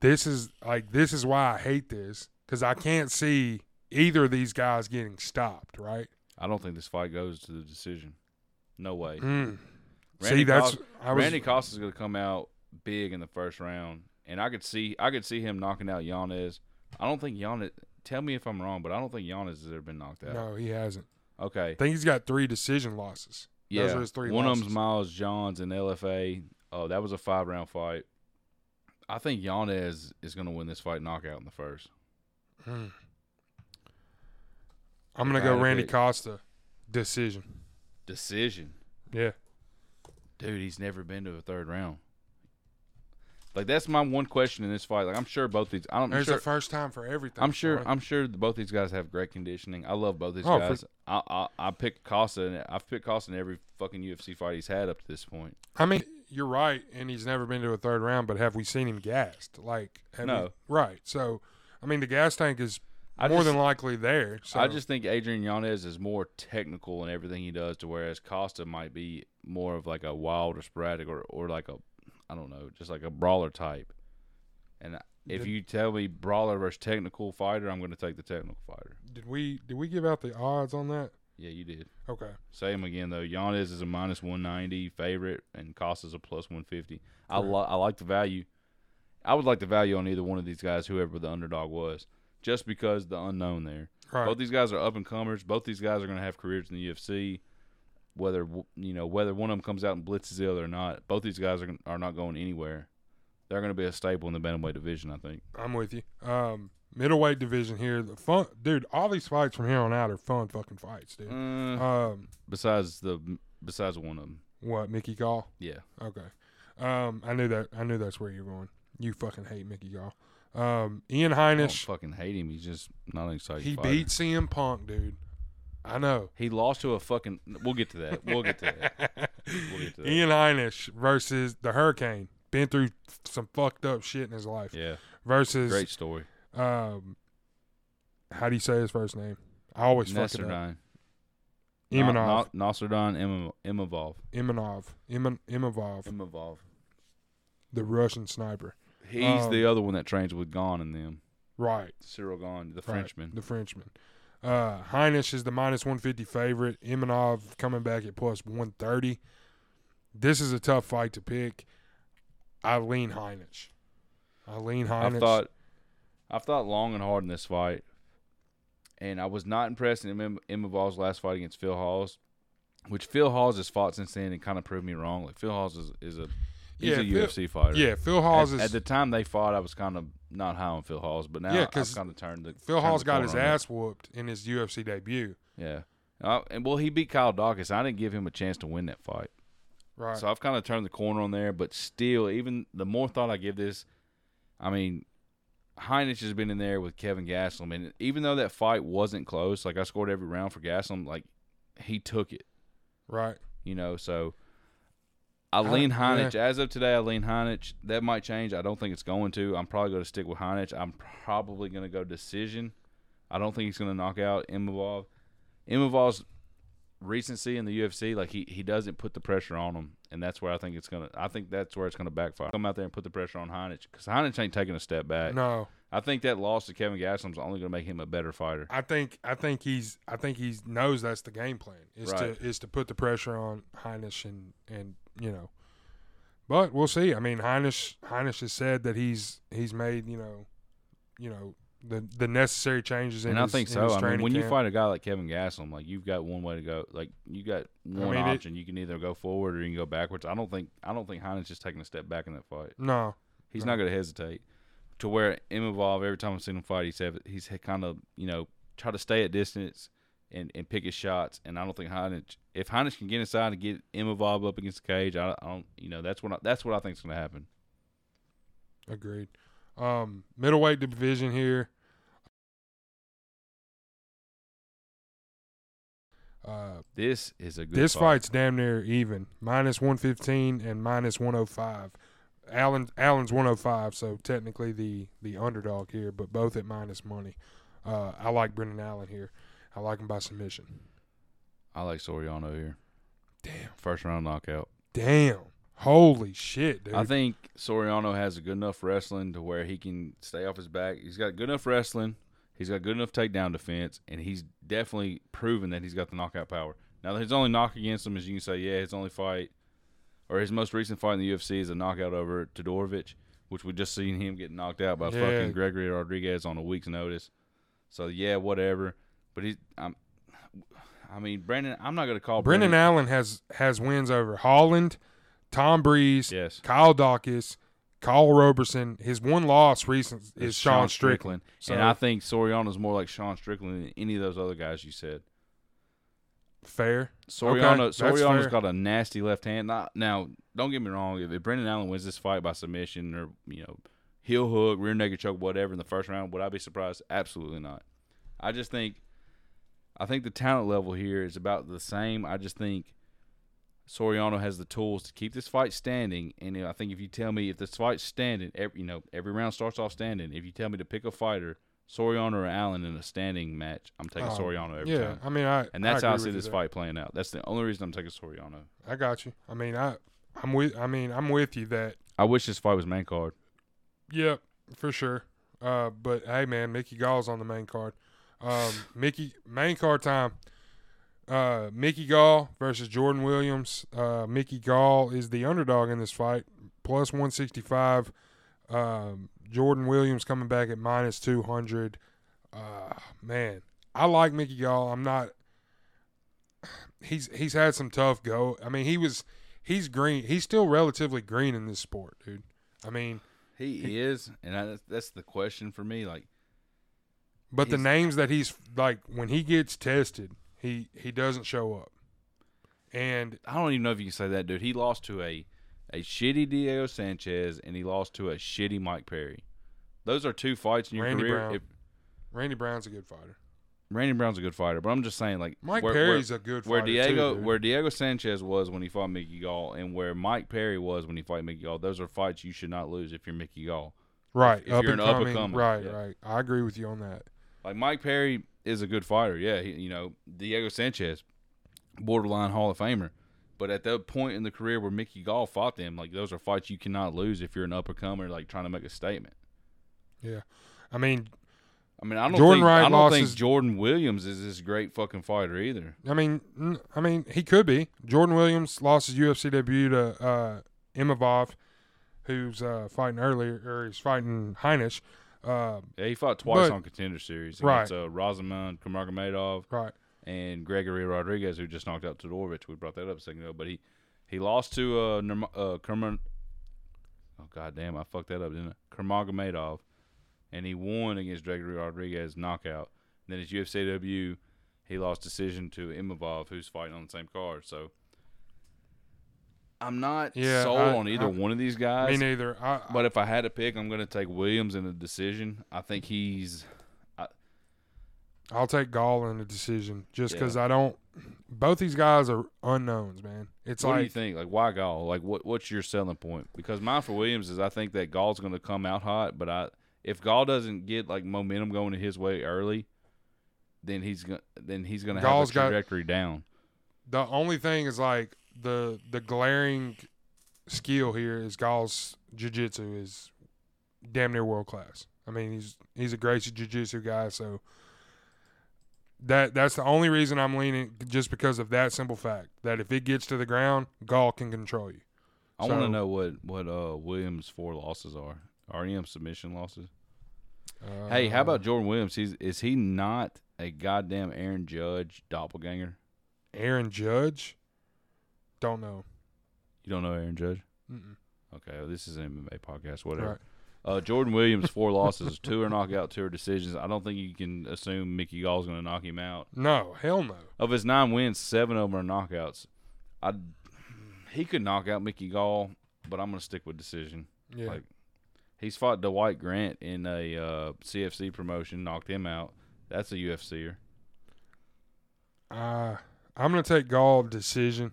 this is like this is why I hate this because I can't see either of these guys getting stopped. Right?
I don't think this fight goes to the decision. No way.
Mm.
Hmm. Randy
see, that's
Cos-
I was.
Randy Costa's going to come out big in the first round, and I could see I could see him knocking out Yanez. I don't think Yanez. Tell me if I'm wrong, but I don't think Yanez has ever been knocked out.
no, he hasn't.
Okay,
I think he's got three decision losses.
Yeah,
Those are his three
One of
losses.
them's Miles Johns and LFA. Oh, that was a five round fight. I think Yanez is going to win this fight knockout in the first.
Mm. I'm gonna
If I had
go
to
Randy
pick-
Costa decision.
Decision,
Yeah,
dude. He's never been to a third round. Like that's my one question in this fight. Like I'm sure both these. I'm
there's
sure.
a first time for everything.
I'm sure.
right?
I'm sure that both these guys have great conditioning. I love both these
Oh, for-
guys. I, I I picked Costa. And I've picked Costa in every fucking UFC fight he's had up to this point.
I mean, you're right, and he's never been to a third round. But have we seen him gassed? Like, have
No.
we- right. So, I mean, the gas tank is
I
more
just-
than likely there. So,
I just think Adrian Yanez is more technical in everything he does, to whereas Costa might be more of like a wild or sporadic or, or like a, I don't know, just like a brawler type. And if
Did-
you tell me brawler versus technical fighter, I'm going to take the technical fighter.
did we did we give out the odds on that?
Yeah, you did.
Okay,
Say him again though. Yanez is a minus 190 favorite, and Costa's a plus 150. I li- I like the value. I would like the value on either one of these guys, whoever the underdog was, just because the unknown there.
right.
Both these guys are up and comers. Both these guys are going to have careers in the UFC. Whether w- you know whether one of them comes out and blitzes the other or not, both these guys are gon- are not going anywhere. They're going to be a staple in the bantamweight division, I think.
I'm with you. Um, middleweight division here. The fun, dude. All these fights from here on out are fun fucking fights, dude.
Uh,
Um,
besides the besides one of them,
what Mickey Gall?
yeah.
Okay. Um, I knew that. I knew that's where you're going. You fucking hate Mickey Gall. Um, Ian
I don't
Heinisch,
fucking hate him. He's just not an exciting.
he
fighter.
beat CM Punk, dude. I know.
He lost to a fucking. We'll get to that. We'll get to that. We'll get to that.
Ian Heinisch versus the Hurricane. Been through some fucked up shit in his life.
Yeah,
Versus
great story.
um, how do you say his first name? I always fuck it up.
Nasruddin.
Imanov.
Na- Nasruddin Im- Imavov.
Imanov. Iman- Imanov.
Imavov.
The Russian sniper.
He's
Um,
the other one that trains with Gon and them.
Right.
Cyril Gon, the
Right,
Frenchman.
The Frenchman. Uh, Heinisch is the minus 150 favorite. Imanov coming back at plus 130. This is a tough fight to pick. I lean Heinisch. I lean Heinisch.
I've thought, I've thought long and hard in this fight, and I was not impressed in Im- Imavov's last fight against Phil Hawes, which Phil Hawes has fought since then and kind of proved me wrong. Like Phil Hawes is, is a he's
Yeah,
a
Phil-
UFC fighter.
yeah, Phil Hawes
At,
is.
at the time they fought, I was kind of not high on Phil Hawes, but now
Yeah,
I've
'cause
kind of turned the
Phil
turned
Hall's
the
got
corner
his
on that.
ass whooped in his UFC debut.
Yeah. Uh, and well, he beat Kyle Dawkins. I didn't give him a chance to win that fight,
Right.
so I've kind of turned the corner on there. But still, even the more thought I give this, I mean, Heinrich has been in there with Kevin Gaslam, and even though that fight wasn't close, like I scored every round for Gaslam, like he took it,
right.
you know. So I
don't-
lean
yeah.
Heinrich as of today. I lean Heinrich. That might change. I don't think it's going to. I'm probably going to stick with Heinrich. I'm probably going to go decision. I don't think he's going to knock out Imavov. Imavov's recency in the UFC, like he, he doesn't put the pressure on him, and that's where I think it's gonna. I think that's where it's gonna backfire. Come out there and put the pressure on Heinrich because Heinrich ain't taking a step back.
No,
I think that loss to Kevin Gaslam's only gonna make him a better fighter.
I think I think he's I think he knows that's the game plan is
Right.
to is to put the pressure on Heinisch and and you know, but we'll see. I mean, Heinisch Heinisch has said that he's he's made you know, you know the the necessary changes in
And I
his,
think
in
so.
his
I mean,
training
when you
camp.
fight a guy like Kevin Gaslam, like you've got one way to go. Like you got one
mean, it-
option. you can either go forward or you can go backwards. I don't think I don't think Heinen's just taking a step back in that fight.
No,
He's
No.
not going to hesitate. To where Imavov, every time I've seen him fight, he's have, he's kind of you know try to stay at distance and, and pick his shots. And I don't think Heinen, if Heinen can get inside and get Imavov up against the cage, I, I don't you know that's what I, that's what I think's going to happen.
agreed. Um, middleweight division here. Uh,
This is a good
this
fight.
fight's damn near even minus 115 and minus 105 Allen Allen's 105 so technically the the underdog here but both at minus money uh, I like Brendan Allen here I like him by submission
I like Soriano here.
damn
First round knockout.
damn holy shit dude
I think Soriano has a good enough wrestling to where he can stay off his back. He's got good enough wrestling. He's got good enough takedown defense, and he's definitely proven that he's got the knockout power. Now, his only knock against him is you can say, yeah, his only fight or his most recent fight in the UFC is a knockout over Todorovic, which we just seen him get knocked out by
Yeah.
fucking Gregory Rodriguez on a week's notice. So yeah, whatever. But he, I'm, I mean, Brandon, I'm not gonna call
Brendan
Brandon.
Allen has has wins over Holland Tom Breeze
Yes.
Kyle Dawkins Kyle Roberson his one loss recent is Sean, Strickland,
And
So-
I think Soriano's more like Sean Strickland than any of those other guys you said.
fair
Soriano,
that's
Soriano's
fair.
got a nasty left hand. Not, now, don't get me wrong. If, if Brendan Allen wins this fight by submission or you know heel hook, rear naked choke, whatever in the first round, would I be surprised? Absolutely not. I just think, I think the talent level here is about the same. I just think Soriano has the tools to keep this fight standing. And I think if you tell me if this fight's standing, every, you know every round starts off standing. If you tell me to pick a fighter, Soriano or Allen in a standing match, I'm taking
Oh,
Soriano every
yeah
time.
I mean I
And that's
I
how I
agree
see
with you
this
there.
fight playing out. That's the only reason I'm taking Soriano.
I got you. I mean, I, I'm with. I mean, I'm with you that.
I wish this fight was main card.
Yep, for sure. Uh, but hey, man, Mickey Gall's on the main card. Um, Mickey main card time. Uh, Mickey Gall versus Jordan Williams. Uh, Mickey Gall is the underdog in this fight, plus 165. Um, Jordan Williams coming back at minus 200. Uh, man, I like Mickey Gall. I'm not. He's he's had some tough go. I mean, he was he's green. He's still relatively green in this sport, dude. I mean,
He, is, and I, that's the question for me. Like,
But the
He's-
names that he's like when he gets tested, he he doesn't show up. And
I don't even know if you can say that, dude. He lost to a a shitty Diego Sanchez, and he lost to a shitty Mike Perry. Those are two fights in your
Randy
career.
Brown.
If,
Randy Brown's a good fighter.
Randy Brown's a good fighter, but I'm just saying, like
Mike
where- where-
Perry's a good
where
fighter
Diego
too. dude.
where Diego Sanchez was when he fought Mickey Gall and where Mike Perry was when he fought Mickey Gall. Those are fights you should not lose if you're Mickey Gall.
right,
if
up
you're
and
an up and
coming,
coming,
right,
yeah.
right. I agree with you on that.
Like Mike Perry is a good fighter. Yeah, he, you know Diego Sanchez, borderline Hall of Famer. But at that point in the career where Mickey Gall fought them, like those are fights you cannot lose if you're an up and comer, like trying to make a statement.
I mean,
I mean, I don't
Jordan
think
Wright
I don't
lost
think
his-
Jordan Williams is this great fucking fighter either.
I mean, mm, I mean, he could be. Jordan Williams lost his UFC debut to uh, Imavov, who's uh, fighting earlier, or he's fighting Heinisch. Uh,
Yeah, he fought twice
But-
on Contender Series
Right.
against uh, Rosamund Kamargamadov
right,
and Gregory Rodriguez, who just knocked out Todorovic. We brought that up a second ago, but he he lost to uh, Nurm- uh Kerman. Oh god damn, I fucked that up, didn't I? Kermagamedov, and he won against Gregory Rodriguez knockout. then his UFC debut, he lost decision to Imavov, who's fighting on the same card. So I'm not
Yeah,
sold
I-
on either
I-
one of these
me
guys.
neither. I, I-
But if I had to pick, I'm going to take Williams in a decision. I think he's
I'll take Gall in the decision just
Yeah.
because I don't. Both these guys are unknowns, man. It's
what do you
like
think? Like, why Gall? Like, what what's your selling point? Because mine for Williams is I think that Gall's going to come out hot, but I if Gall doesn't get like momentum going his way early, then he's going then he's going to have a
Gall's got-
trajectory down.
the only thing is like the the glaring skill here is Gall's jiu-jitsu is damn near world class. I mean, he's he's a Gracie jiu-jitsu guy, so that that's the only reason I'm leaning just because of that simple fact that if it gets to the ground, Gall can control you.
I want
So-
to know what what uh Williams' four losses are. REM submission losses.
Uh,
hey, how about Jordan Williams? He's is he not a goddamn Aaron Judge doppelganger?
Aaron Judge? Don't know.
You don't know Aaron Judge?
Mm-mm.
Okay, well, this is an MMA podcast, whatever.
Right.
Uh, Jordan Williams, four losses, two are knockout, two are decisions. I don't think you can assume Mickey Gall's going to knock him out.
No, hell no.
Of his nine wins, seven of them are knockouts. I he could knock out Mickey Gall, but I'm going to stick with decision.
Yeah.
Like- He's fought Dwight Grant in a uh, CFC promotion, knocked him out. That's a UFCer.
uh, I'm going to take Gall decision.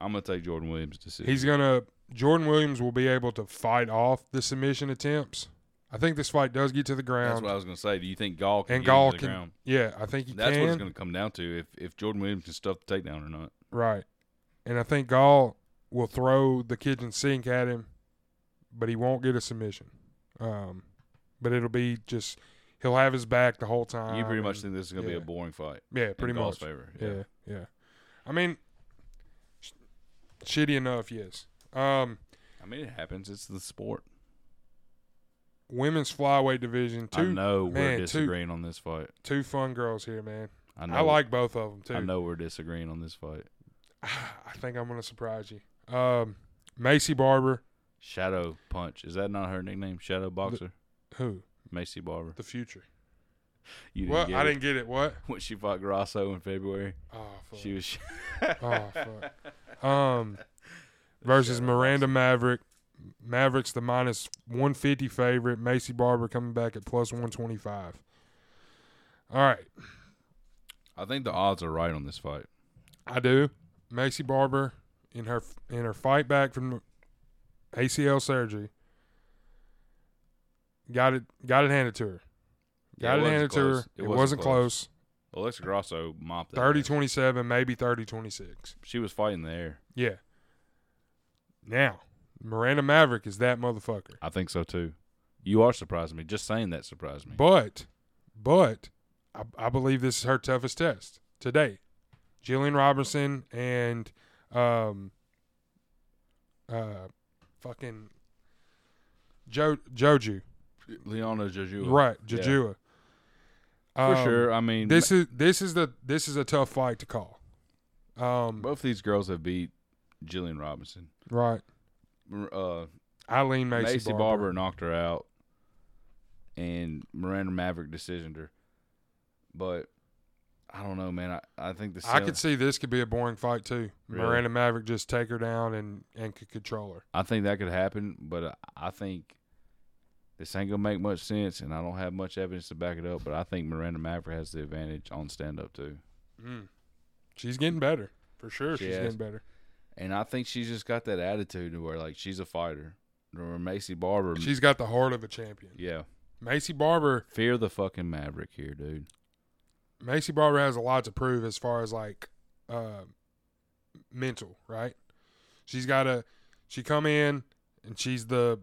I'm going to take Jordan Williams' decision.
He's gonna Jordan Williams will be able to fight off the submission attempts. I think this fight does get to the
That's
ground.
what I was going to say. Do you think Gall can
And
get him to
Gall
the
can-
ground?
yeah, I think he
That's what
can.
it's going to come down to if, if Jordan Williams can stuff the takedown or not.
right, and I think Gall will throw the kitchen sink at him, but he won't get a submission. Um, but it'll be just he'll have his back the whole time.
You pretty much
and-
think this is going to
Um, yeah.
be a boring fight.
yeah, pretty
in Gall's
much.
favor. Yeah.
Yeah, yeah. I mean, sh- shitty enough, yes. Um,
I mean, it happens. It's the sport.
women's flyweight division.
I
Two
know
man,
we're
two-
disagreeing on this fight.
two fun girls here, man.
I know.
I, like both of them too.
I know we're disagreeing on this fight.
I think I'm gonna surprise you. Um, Macy Barber,
Shadow Punch. Is that not her nickname? Shadow Boxer?
who
Macy Barber.
the future?
You didn't
What
get
I
it.
didn't get it. What?
When she fought Grasso in February,
Oh fuck.
she was.
oh fuck. Um, versus Miranda Maverick. Mavericks the minus 150 favorite. Macy Barber coming back at plus 125. All right,
I think the odds are right on this fight.
I do. Macy Barber in her in her fight back from ACL surgery. Got it. Got it handed to her. Got it,
wasn't
handed to her.
close.
It, wasn't close.
Alexa Grasso mopped that.
Thirty
ass.
twenty seven, 30 27, maybe 30 26.
She was fighting there.
Yeah. Now, Miranda Maverick is that motherfucker.
I think so too. You are surprising me. Just saying that surprised me.
But, but, I, I believe this is her toughest test today. Jillian Robinson and, um, uh, fucking jo- Joju.
Leona Jejua.
Right,
Yeah.
Jojua.
For
Um,
sure. I mean,
This is this is the this is a tough fight to call. Um,
Both these girls have beat Jillian Robinson.
right.
Uh,
Eileen
Macy,
Macy,
Barber. knocked her out, and Miranda Maverick decisioned her. But I don't know, man. I, I think the
I
sell-
could see this could be a boring fight too.
Really?
Miranda Maverick just take her down and and could control her.
I think that could happen, but I think This ain't gonna make much sense, and I don't have much evidence to back it up. But I think Miranda Maverick has the advantage on stand up too,
Mm. She's getting better for sure.
She
she's
has.
getting better.
and I think she's just got that attitude to where like she's a fighter. Or Macy Barber,
She's got the heart of a champion.
yeah,
Macy Barber.
fear the fucking Maverick here, dude.
Macy Barber has a lot to prove as far as like uh, mental, right? She's got to. She come in and she's the.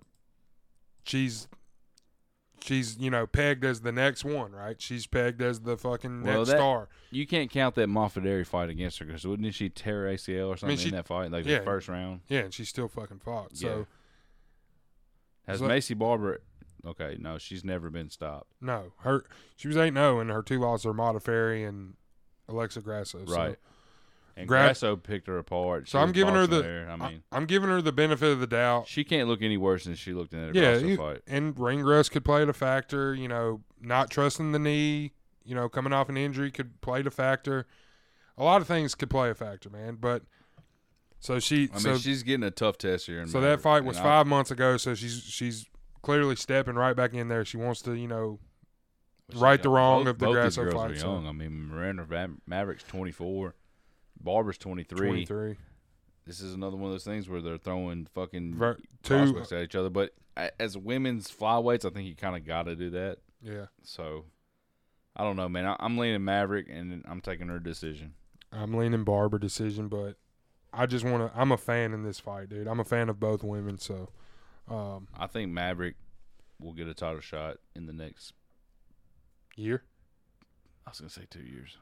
She's. She's you know pegged as the next one, right? She's pegged as the fucking
Well,
next
that-
star.
You can't count that Moffat fight against her because wouldn't she tear ACL or something
she-
in that fight, like
yeah.
the first round?
Yeah, and she still fucking fought. So
Yeah. Has
So-
Macy Barber? Okay, no, she's never been stopped.
no, her she was eight zero, and her two losses are Mata Ferry and Alexa Grasso. So
Right. And
Gra-
Grasso picked her apart. She
So I'm
was
giving her
boxing
the-
there. I
I
mean,
am giving her the benefit of the doubt.
she can't look any worse than she looked in that
Yeah,
Grasso
you-
fight.
And ring rust could play it a factor. You know, not trusting the knee. You know, coming off an injury could play it a factor. A lot of things could play a factor, man. But so she,
I
so,
mean, she's getting a tough test here. in
so
Maverick,
that fight was
and I-
five months ago. So she's she's clearly stepping right back in there. She wants to, you know,
she's
right the
young.
wrong
Both-
of the
both these
Grasso
girls
fight,
Are
so-
young. I mean, Miranda Mav- Maverick's 24, Barber's 23.
twenty three,
This is another one of those things where they're throwing fucking
two,
prospects at each other. But a- as women's flyweights, I think you kind of got to do that.
yeah.
So I don't know, man. I, I'm leaning Maverick, and I'm taking her decision.
I'm leaning Barber decision, but I just want to. I'm a fan in this fight, dude. I'm a fan of both women, so um,
I think Maverick will get a title shot in the next.
year.
I was gonna say two years.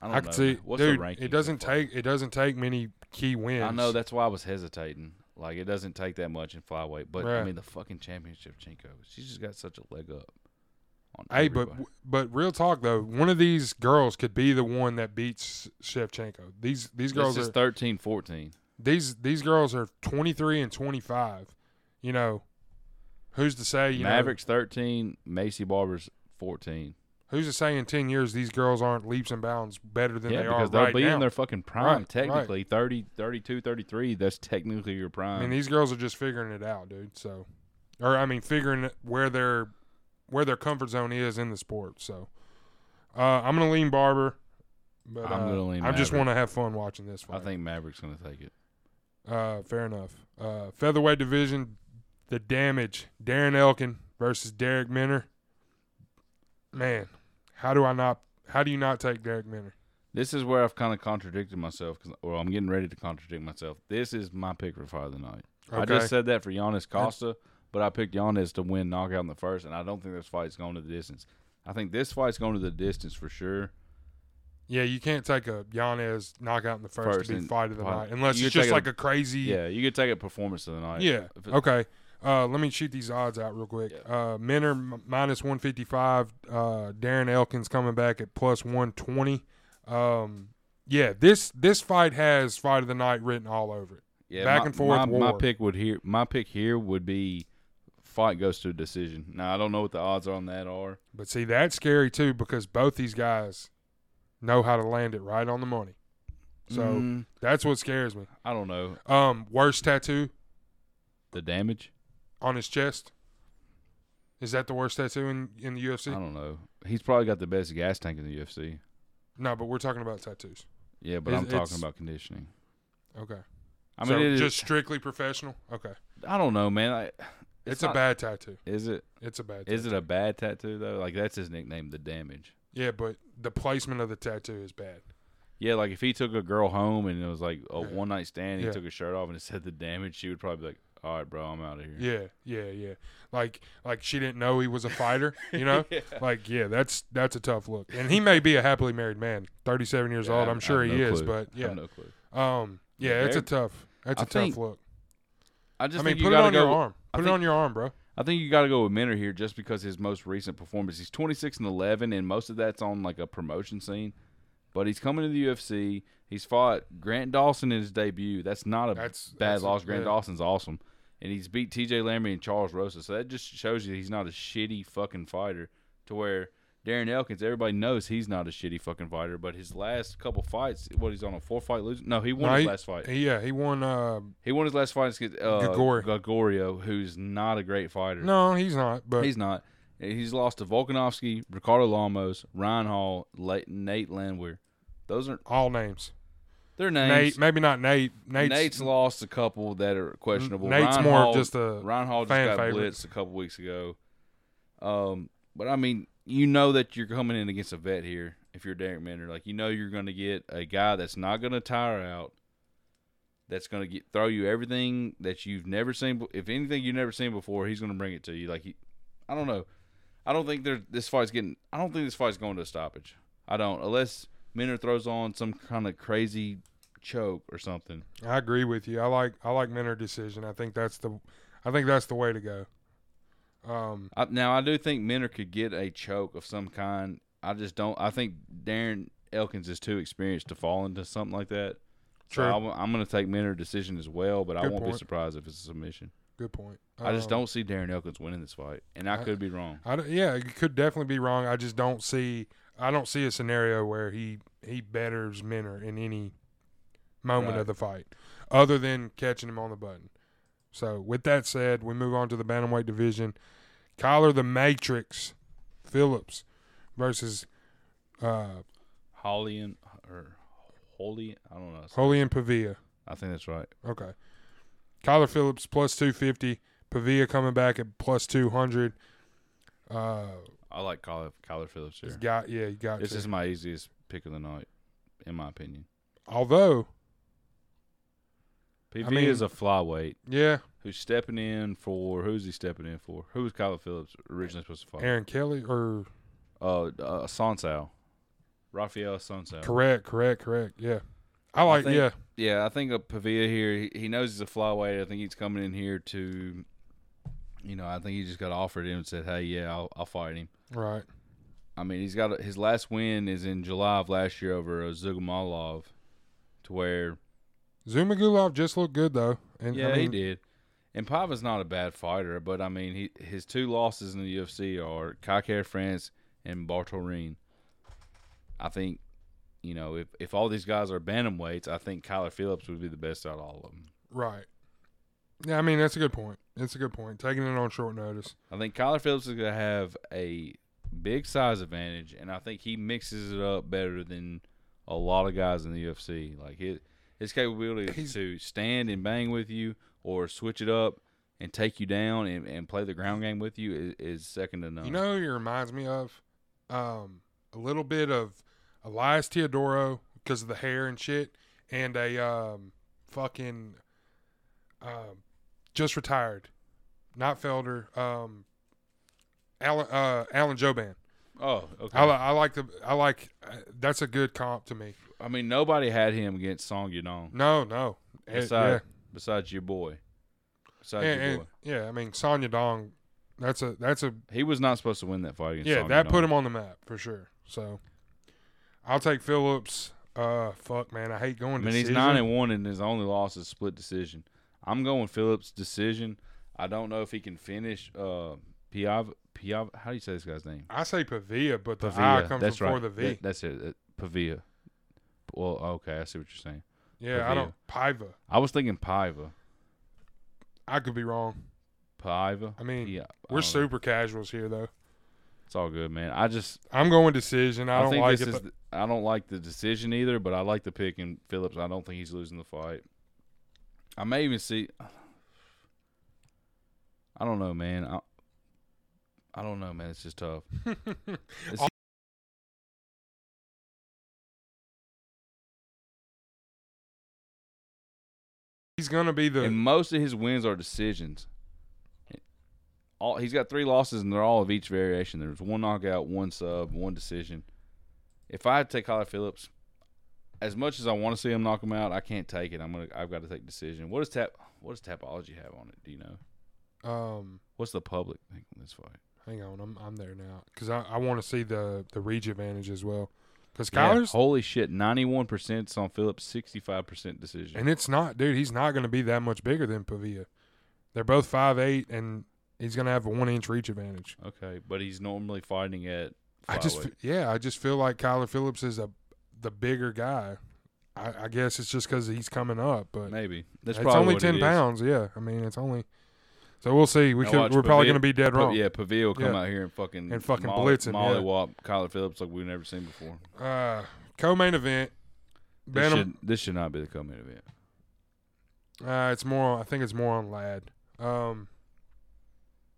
I,
don't
can
know.
see,
What's the
dude.
ranking
it
so
doesn't
far?
take. It doesn't take many key wins.
I know that's why I was hesitating. Like it doesn't take that much in flyweight, but I
Right.
mean the fucking championship, Chinko. She's just got such a leg up. On
Hey, but
everybody.
but real talk though, one of these girls could be the one that beats Shevchenko. These these girls
this
are
is 13, 14.
these these girls are 23 and 25. You know, who's to say? You know,
Mavericks thirteen, Macy Barber's fourteen.
who's to say in 10 years these girls aren't leaps and bounds better than
yeah,
they are
because they'll
right
be
now?
in their fucking prime
right.
technically. thirty, thirty-two, thirty-three. 30, 32, 33, that's technically your
I
prime.
mean, these girls are just figuring it out, dude. So, or I mean, figuring where their where their comfort zone is in the sport. So, uh, I'm gonna lean Barber, but
I'm
uh,
gonna lean
I just
Maverick.
want to have fun watching this fight.
I think Maverick's gonna take it.
Uh, fair enough. Uh, featherweight division, the damage. Darren Elkin versus Derek Minner. Man, how do I not? How do you not take Derek Minner?
This is where I've kind of contradicted myself, cause, or I'm getting ready to contradict myself. This is my pick for fight of the night. I just said that for Giannis Costa, but I picked Giannis to win knockout in the first, and I don't think this fight's going to the distance. I think this fight's going to the distance for sure.
yeah, you can't take a Yanez knockout in the first,
First
to be
and-
fight of the
well,
night unless
you
it's
could
just
take a-
like a crazy.
Yeah, you could take a performance of the night.
Yeah.
If it-
Okay. Uh, let me shoot these odds out real quick. Uh, Minner m- minus one fifty five. Uh, Darren Elkins coming back at plus one twenty. Um, yeah, this this fight has fight of the night written all over it.
yeah,
back
my-
and forth
My, my
war.
pick would here. My pick here would be fight goes to a decision. Now I don't know what the odds on that are.
But see, that's scary too because both these guys know how to land it right on the money. So
Mm,
that's what scares me.
I don't know
Um, worst tattoo
the damage.
on his chest. Is that the worst tattoo in, in the
I
UFC?
don't know. He's probably got the best gas tank in the UFC.
No, but we're talking about tattoos.
Yeah, but
It's-
I'm talking
it's-
about conditioning.
Okay.
I mean, it
so
is-
just strictly professional. Okay.
I don't know, man. I, it's
It's, a
not-
bad tattoo.
Is it?
It's a bad.
Is
tattoo.
it a bad tattoo though? Like that's his nickname, the damage.
Yeah, but the placement of the tattoo is bad.
Yeah, like if he took a girl home and it was like a
Yeah.
one night stand, he
Yeah.
took his shirt off and it said the damage, she would probably be like, "All right, bro, I'm out of here."
Yeah, yeah, yeah. Like like she didn't know he was a fighter, you know? Like yeah, that's that's a tough look. And he may be a happily married man, 37 years
Yeah, I
old.
have-
I'm sure
I
he
have no
is,
clue.
but
I
yeah.
have no clue.
Um yeah, it's a tough. That's a
I
tough
think-
look.
I just
I mean,
think you
put it
gotta
on
go.
your arm.
I
Put it
think-
on your arm, bro.
I think you got to go with Minner here, just because his most recent performance. He's 26 and 11, and most of that's on like a promotion scene. But he's coming to the UFC. He's fought Grant Dawson in his debut. That's not a
That's-
bad
that's a-
loss. Grant
yeah.
Dawson's awesome, and he's beat T.J. Laramie and Charles Rosa. So that just shows you he's not a shitty fucking fighter. To where Darren Elkins, everybody knows he's not a shitty fucking fighter, but his last couple fights, what he's on a four fight losing? No, he won
No,
his
he-
last fight.
Yeah, he won. Uh,
He won his last fight against uh,
Gregori-
Gregorio, who's not a great fighter.
no, he's not. But
He's not. He's lost to Volkanovski, Ricardo Lamos, Ryan Hall, La- Nate Landwehr. Those aren't
all names.
their
Nate,
names.
maybe not Nate. Nate's,
Nate's, lost a couple that are questionable.
Nate's
Ryan
more of
Hall,
just a
Ryan Hall just
fan
got
favorite.
blitzed a couple weeks ago. Um, but I mean, you know that you're coming in against a vet here. If you're Derek Minner, like you know you're going to get a guy that's not going to tire out. That's going to get throw you everything that you've never seen. be- If anything you've never seen before, he's going to bring it to you. Like he, I don't know. I don't think there this fight's getting. I don't think this fight's going to a stoppage. I don't unless Minner throws on some kind of crazy choke or something.
I agree with you. I like I like Minner decision. I think that's the I think that's the way to go. Um,
I, now I do think Minner could get a choke of some kind. I just don't. I think Darren Elkins is too experienced to fall into something like that. So
true.
I, am going to take Minner decision as well, but I
Good
won't be
point.
surprised if it's a submission.
Good point.
I just
Um,
don't see Darren Elkins winning this fight, and I,
I-
could be wrong.
I don't- yeah, it could definitely be wrong. I just don't see. I don't see a scenario where he he betters Minner in any moment
Right.
of the fight, other than catching him on the button. So with that said, we move on to the bantamweight division. Kyler the Matrix Phillips versus uh,
Holly and or Holy, I don't know.
Julian Pavia.
I think that's right.
Okay. Kyler Phillips plus two fifty. Pavia coming back at plus two hundred. Uh,
I like Kyler, Kyler Phillips
he's
here.
got yeah, you got.
This
to.
is my easiest pick of the night, in my opinion.
Although
PV
mean-
is a flyweight
yeah,
who's stepping in for who's he stepping in for? Who was Kyler Phillips originally supposed to fight?
Aaron Kelly or
uh, uh Sonsal, Rafael Sonsal.
correct, correct, correct. Yeah, I like.
think-
yeah,
Yeah, I think a Pavia here. He, he knows he's a flyweight. I think he's coming in here to, you know, I think he just got offered him and said, "Hey, yeah, I'll, I'll fight him."
right.
I mean, he's got a, his last win is in July of last year over Ozugamalov, to where
Zumagulov just looked good though, and
yeah
I mean,
he did. And Pava's not a bad fighter, but I mean, he his two losses in the UFC are Kaiker France and Bartolin. I think, you know, if, if all these guys are bantamweights, I think Kyler Phillips would be the best out of all of them.
right. Yeah, I mean that's a good point. That's a good point. Taking it on short notice.
I think Kyler Phillips is going to have a big size advantage, and I think he mixes it up better than a lot of guys in the UFC. Like his his capability
He's-
to stand and bang with you, or switch it up and take you down and, and play the ground game with you is, is second to none.
You know, who he reminds me of um, a little bit of Elias Teodoro because of the hair and shit, and a um, fucking um, just retired, not Felder, um, Alan uh, Alan Joban.
oh, okay.
I,
I,
li- I like the I like uh, that's a good comp to me.
mean, nobody had him against Song Yadong
No, no, Eh,
besides besides your boy.
yeah,
Besides
and,
your
and-
boy,
yeah. I mean, Sonya Dong, that's a that's a
he was not supposed to win that fight against.
yeah,
Song
that
Yadong.
put him on the map for sure. So I'll take Phillips. Uh, fuck, man, I hate going.
I mean, he's
decision.
nine and one, and his only loss is split decision. I'm going Phillips decision. I don't know if he can finish. Uh, Piav, Piav, how do you say this guy's name?
I say Pavia, but the I
Pavia.
Ah, comes
That's
before
right.
the V.
That- that's it. That- Pavia. Well, okay, I see what you're saying.
yeah, I don't. Piva,
I was thinking Piva.
I could be wrong.
Piva.
I mean,
Pia- I
We're
don't know.
super casuals here, though.
It's all good, man. I just
I'm going decision. I,
I,
don't
think
like
this
it.
is.
but
the- I don't like the decision either, but I like the pick in Phillips. I don't think he's losing the fight. I may even see. I don't know, man. I, I don't know, man. It's just tough.
he's gonna be the
and most of his wins are decisions. All he's got three losses, and they're all of each variation. There's one knockout, one sub, one decision. If I take Kyler Phillips, as much as I want to see him knock him out, I can't take it. I'm gonna. I've got to take decision. What does tap? What does Tapology have on it? Do you know?
um.
What's the public think on this fight?
Hang on, I'm I'm there now because I, I want to see the the reach advantage as well because
Yeah,
Kyler's
holy shit, ninety one percent on Phillips, sixty five percent decision.
and it's not, dude. He's not going to be that much bigger than Pavia. They're both five eight, and he's going to have a one inch reach advantage.
okay, but he's normally fighting at
I just
flyweight.
fe- yeah, I just feel like Kyler Phillips is a the bigger guy. I, I guess it's just because he's coming up, but
maybe that's
it's
probably
only
what
ten
it is.
pounds. Yeah, I mean it's only. So we'll see. We
Now
could,
watch
we're probably
Pavil-
going to be dead
Pa-
wrong.
Yeah, Pavil come
Yeah.
out here and fucking
And fucking
molly,
blitz him, yeah.
mollywop Kyler Phillips like we've never seen before.
Uh, co-main event.
This
Bantam.
should, this should not be the coming event.
Uh, it's more. On, I think it's more on Lad. Um,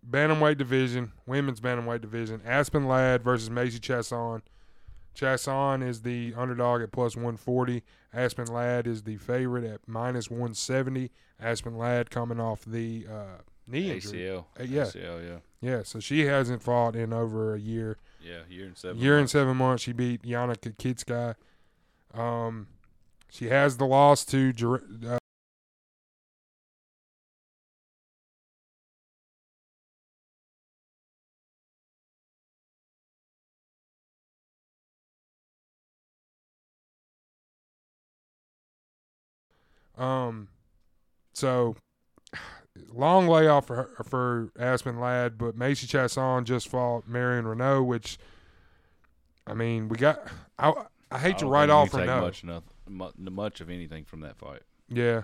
bantamweight division, women's bantamweight division. Aspen Ladd versus Macy Chasson. Chasson is the underdog at plus one forty. Aspen Ladd is the favorite at minus one seventy. Aspen Ladd coming off the uh, knee injury.
ACL,
Uh, yeah.
ACL, yeah,
Yeah, so she hasn't fought in over a year.
yeah, year and seven.
year and seven months. She beat Yana Kitska. Um, she has the loss to Jer- uh, Um, so long layoff for her, for Aspen Ladd, but Macy Chasson just fought Marion Renault, which I mean, we got. I I hate to write off
take
Renault.
much, enough, mu- much of anything from that fight.
Yeah,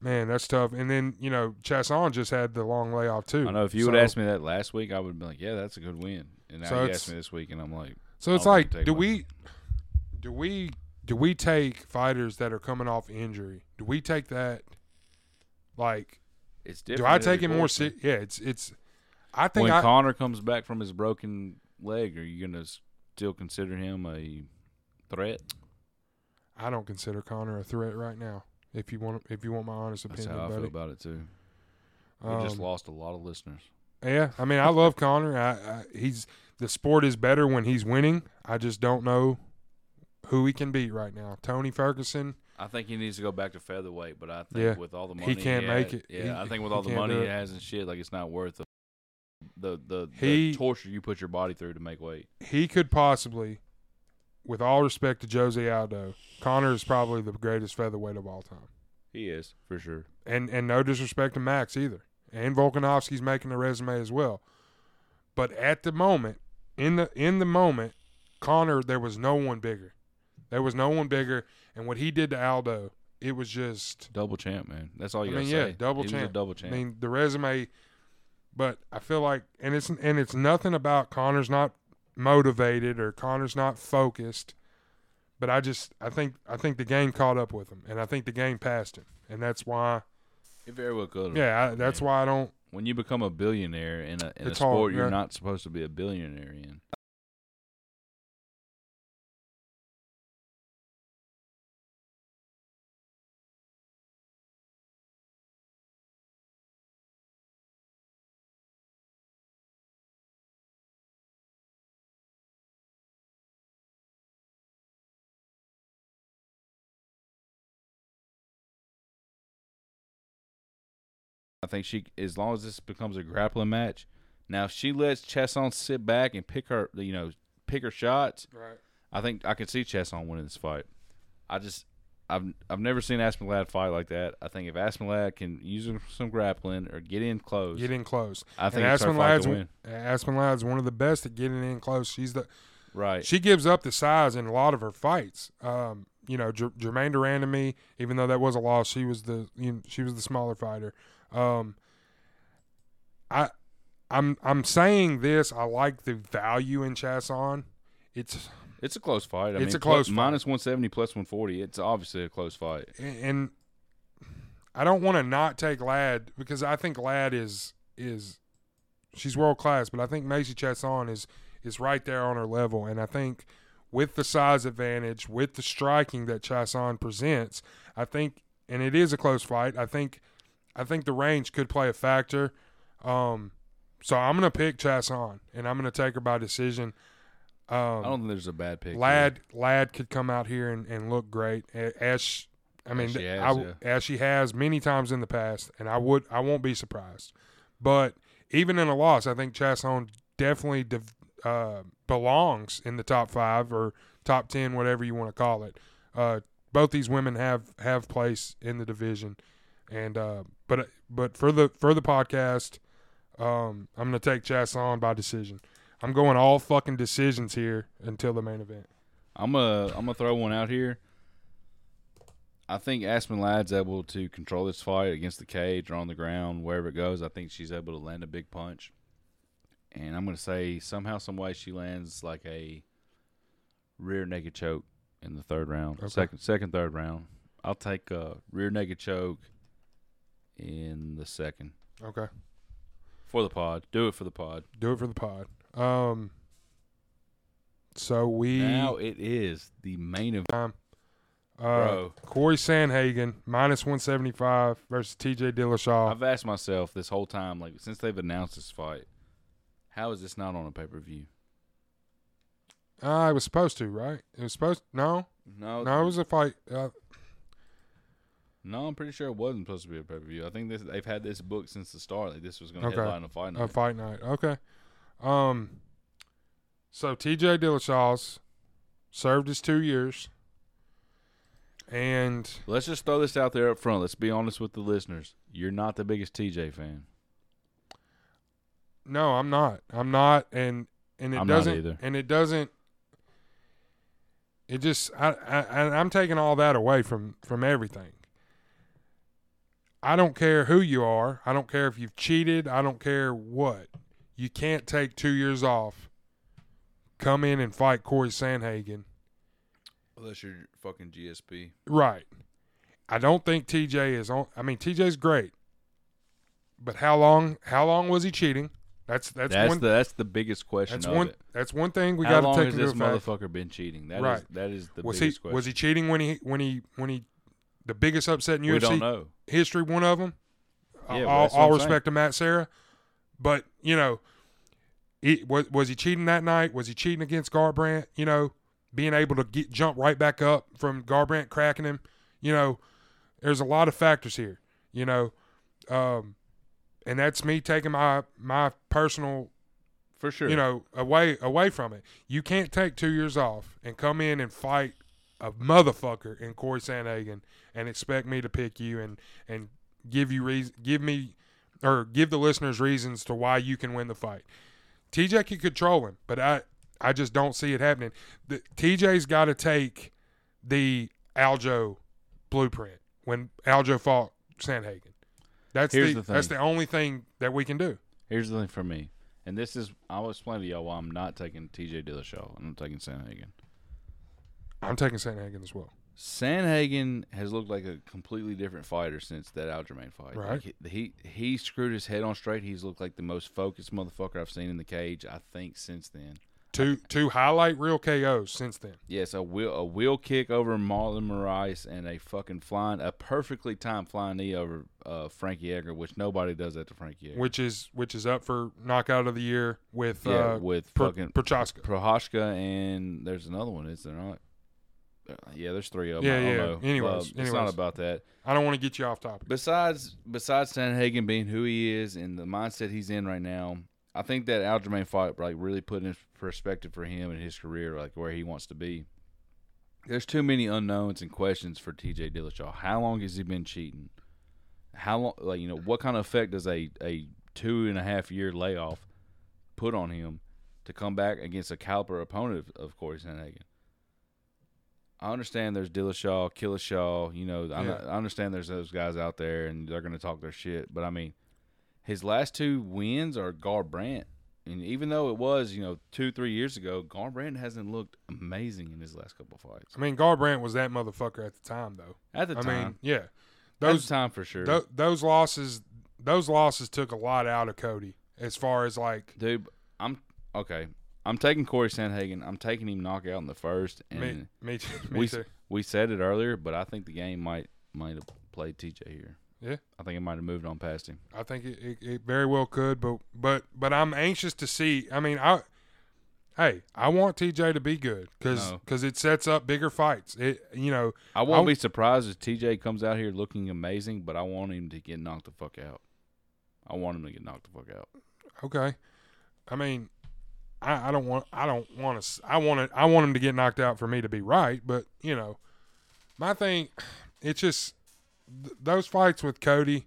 man, that's tough. And then you know Chasson just had the long layoff too.
I know if you would
So-
ask me that last week, I would have been like, yeah, that's a good win. And now
So
you
it's-
ask me this week, and I'm like,
So it's
I don't
like,
think
do
much.
we, do we, do we take fighters that are coming off injury? Do we take that? Like,
it's
do
different.
I
in every
take it more?
sport, man.
Se- yeah, it's it's. I think
When
I,
Connor comes back from his broken leg, are you going to still consider him a threat?
I don't consider Connor a threat right now. If you want, if you want my honest
That's
opinion,
how I
buddy.
feel about it too. We just
Um,
lost a lot of listeners.
Yeah, I mean, I love Connor. I, I he's the sport is better when he's winning. I just don't know who he can beat right now. Tony Ferguson,
I think he needs to go back to featherweight, but I think
Yeah.
with all the
He
money
can't
had-
make it.
Yeah,
He-
I think with
he
all the
can't
money
do
he
it.
has and shit, like it's not worth the the the,
He-
the torture you put your body through to make weight.
he could possibly, with all respect to Jose Aldo, Connor is probably the greatest featherweight of all time.
He is for sure.
And and no disrespect to Max either. And Volkanovski's making a resume as well. But at the moment, in the in the moment, Connor, there was no one bigger. There was no one bigger. And what he did to Aldo, it was just
Double champ, man. That's all you
I
gotta
mean, yeah,
say.
double
He was a
champ.
double champ.
I mean, the resume, but I feel like, and it's and it's nothing about Connor's not motivated or Connor's not focused, but I just I think I think the game caught up with him, and I think the game passed him, and that's why,
it very well could. have.
yeah, I, that's why I don't.
When you become a billionaire in a in a
It's hard,
sport you're
yeah.
not supposed to be a billionaire in. I think she, as long as this becomes a grappling match, now if she lets Chesson sit back and pick her, you know, pick her shots.
Right.
I think I could see Chesson winning this fight. I just, I've, I've never seen Aspen Ladd fight like that. I think if Aspen Ladd can use some grappling or get in close,
Getting close.
I think
and
it's her
Aspen
fight
Ladd's
to win.
Aspen Ladd's one of the best at getting in close. She's the
Right.
she gives up the size in a lot of her fights. Um, you know, Jer- Jermaine Duran to me, even though that was a loss, she was the you know, she was the smaller fighter. Um, I, I'm I'm saying this. I like the value in Chasson. It's
It's a close fight. I
It's
mean,
a close
pl- minus 170, plus 140. It's obviously a close fight.
and I don't want to not take Lad because I think Lad is is she's world class, but I think Macy Chasson is is right there on her level, and I think with the size advantage, with the striking that Chasson presents, I think, and it is a close fight. I think, I think the range could play a factor. Um, so I'm gonna pick Chasson, and I'm gonna take her by decision. Um,
I don't think there's a bad pick. here.
Lad Lad could come out here and, and look great A- as sh- I mean
As she has,
I w- as she has many times in the past, and I would I won't be surprised. But even in a loss, I think Chasson definitely dev- uh, belongs in the top five or top ten, whatever you want to call it. Uh, both these women have have place in the division, and uh, but but for the for the podcast, um, I'm going to take Chasson by decision. I'm going all fucking decisions here until the main event.
I'm a I'm gonna throw one out here. I think Aspen Ladd's able to control this fight against the cage or on the ground, wherever it goes. I think she's able to land a big punch, and I'm gonna say somehow, some way, she lands like a rear naked choke in the third round,
Okay.
second, second, third round. I'll take a rear naked choke in the second
Okay.
for the pod. Do it for the pod.
Do it for the pod. Um. So we
Now it is the main event.
um, uh,
Bro.
Corey Sanhagen minus one seventy five versus T.J. Dillashaw.
I've asked myself this whole time, like since they've announced this fight, how is this not on a pay per view?
Uh, it was supposed to, right? It was supposed. No,
No,
no, it was a fight. Uh,
no, I'm pretty sure it wasn't supposed to be a pay per view. I think this, they've had this book since the start. Like this was going to
Okay.
headline a fight night.
a fight night. Okay. Um. So T.J. Dillashaw's served his two years, and
Let's just throw this out there up front. Let's be honest with the listeners. You're not the biggest TJ fan.
No, I'm not. I'm not, and and it
I'm not
doesn't.
either.
And it doesn't. It just I, I and I'm taking all that away from from everything. I don't care who you are. I don't care if you've cheated. I don't care what. You can't take two years off. Come in and fight Corey Sanhagen.
Unless you're fucking GSP.
Right. I don't think TJ is on. I mean, TJ's great. But how long? How long was he cheating? That's that's,
That's,
one.
the that's the biggest question
That's
of
one.
it.
That's one thing we
how
got
long
to take
has
into
this
effect.
motherfucker been cheating? That is
Right.
that is the
Was he
biggest question.
was he cheating when he when he when he the biggest upset in
we don't
UFC
know.
history? One of them.
Yeah, well,
all
that's what
all
I'm
respect to Matt Sarah, but you know, it, was was he cheating that night? Was he cheating against Garbrandt? You know, being able to get jump right back up from Garbrandt cracking him. You know, there's a lot of factors here. You know, um, and that's me taking my my personal
For sure.
you know, away away from it. You can't take two years off and come in and fight a motherfucker in Corey Sanhagen and expect me to pick you and and give you reason, give me or give the listeners reasons to why you can win the fight. TJ can control him, but I I just don't see it happening. The, TJ's got to take the Aljo blueprint when Aljo fought Sanhagen. That's
Here's
the
the
that's
thing.
the only thing that we can do.
Here's the thing for me, and this is I'll explain to y'all why I'm not taking T.J. Dillashaw and I'm taking Sanhagen.
I'm taking Sanhagen as well.
Sanhagen has looked like a completely different fighter since that Algermain fight.
Right.
Like, he he screwed his head on straight. He's looked like the most focused motherfucker I've seen in the cage. I think since then.
two two highlight reel KOs since then.
Yes, a wheel a wheel kick over Marlon Moraes and a fucking flying a perfectly timed flying knee over uh, Frankie Edgar, which nobody does that to Frankie Edgar.
Which is which is up for knockout of the year with
yeah,
uh,
with
Pro-
fucking
Prochaska.
Prohashka and there's another one, is there not? Uh, Yeah, there's three of them.
Yeah,
I don't
yeah.
Know.
Anyways,
Well, it's not
anyways.
about that.
I don't want to get you off topic.
Besides, besides Sanhagen being who he is and the mindset he's in right now, I think that Aljamain fight like really put in perspective for him and his career, like where he wants to be. There's too many unknowns and questions for T.J. Dillashaw. How long has he been cheating? How long, like you know, what kind of effect does a a two and a half year layoff put on him to come back against a caliber opponent of, of Corey Sanhagen? I understand there's Dillashaw, Killishaw. You know,
Yeah.
I'm not- I understand there's those guys out there and they're going to talk their shit. But I mean, his last two wins are Garbrandt. And even though it was, you know, two, three years ago, Garbrandt hasn't looked amazing in his last couple fights.
I mean, Garbrandt was that motherfucker at the time though.
At the
I
time,
mean, yeah,
those
those
the time for sure,
tho- those losses those losses took a lot out of Cody as far as like
dude. I'm okay. I'm taking Corey Sandhagen. I'm taking him knockout in the first, and
me me, too- me
we
too.
we said it earlier, but I think the game might might have played TJ here.
Yeah.
I think it might have moved on past him.
I think it, it, it very well could, but but but I'm anxious to see. I mean, I hey, I want TJ to be good because
No. it
it sets up bigger fights. It you know
I won't
I'll-
be surprised if TJ comes out here looking amazing, but I want him to get knocked the fuck out. I want him to get knocked the fuck out.
Okay. I mean, I, I don't want. I don't want to. I want to. I want him to get knocked out for me to be right. But you know, my thing, it's just th- those fights with Cody.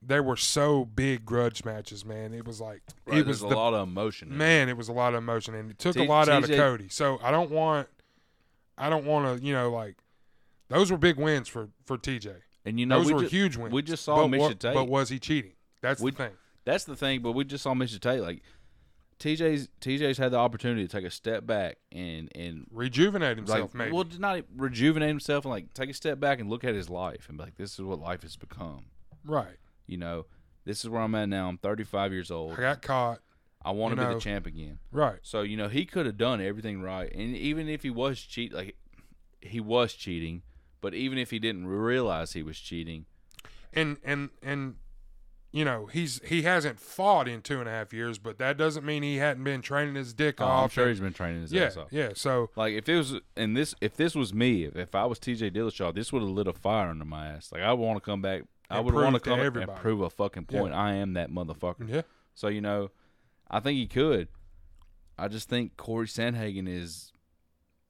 there were so big grudge matches, man. It was like
Right,
it was
there's a
the
lot of emotion. in it.
man, it was a lot of emotion, and it took
T-
a lot out of
TJ
Cody. So I don't want, I don't want to, you know, like those were big wins for for TJ.
and you know
those
we
were
just,
huge wins.
we just saw
but
Misha
what-
Tate.
But was he cheating? That's
We-
the thing.
That's the thing, but we just saw Misha Tate like TJ's TJ's had the opportunity to take a step back and and
Rejuvenate himself,
like
maybe.
well not rejuvenate himself and like take a step back and look at his life and be like this is what life has become.
right.
You know, this is where I'm at now. I'm 35 years old.
I got caught.
I want to
you
be
know.
the champ again.
Right.
So you know he could have done everything right, and even if he was cheat, like he was cheating, but even if he didn't realize he was cheating,
and and and you know he's he hasn't fought in two and a half years, but that doesn't mean he hadn't been training his dick
oh,
off.
I'm sure
and-
he's been training his
yeah,
ass off.
yeah. So
Like if it was, and this if this was me, if, if I was T.J. Dillashaw, this would have lit a fire under my ass. Like I want to come back. I
And
would
prove
want to
to
come back and
everybody.
prove a fucking
Yeah.
point. I am that motherfucker.
yeah,
So you know, I think he could. I just think Corey Sandhagen is,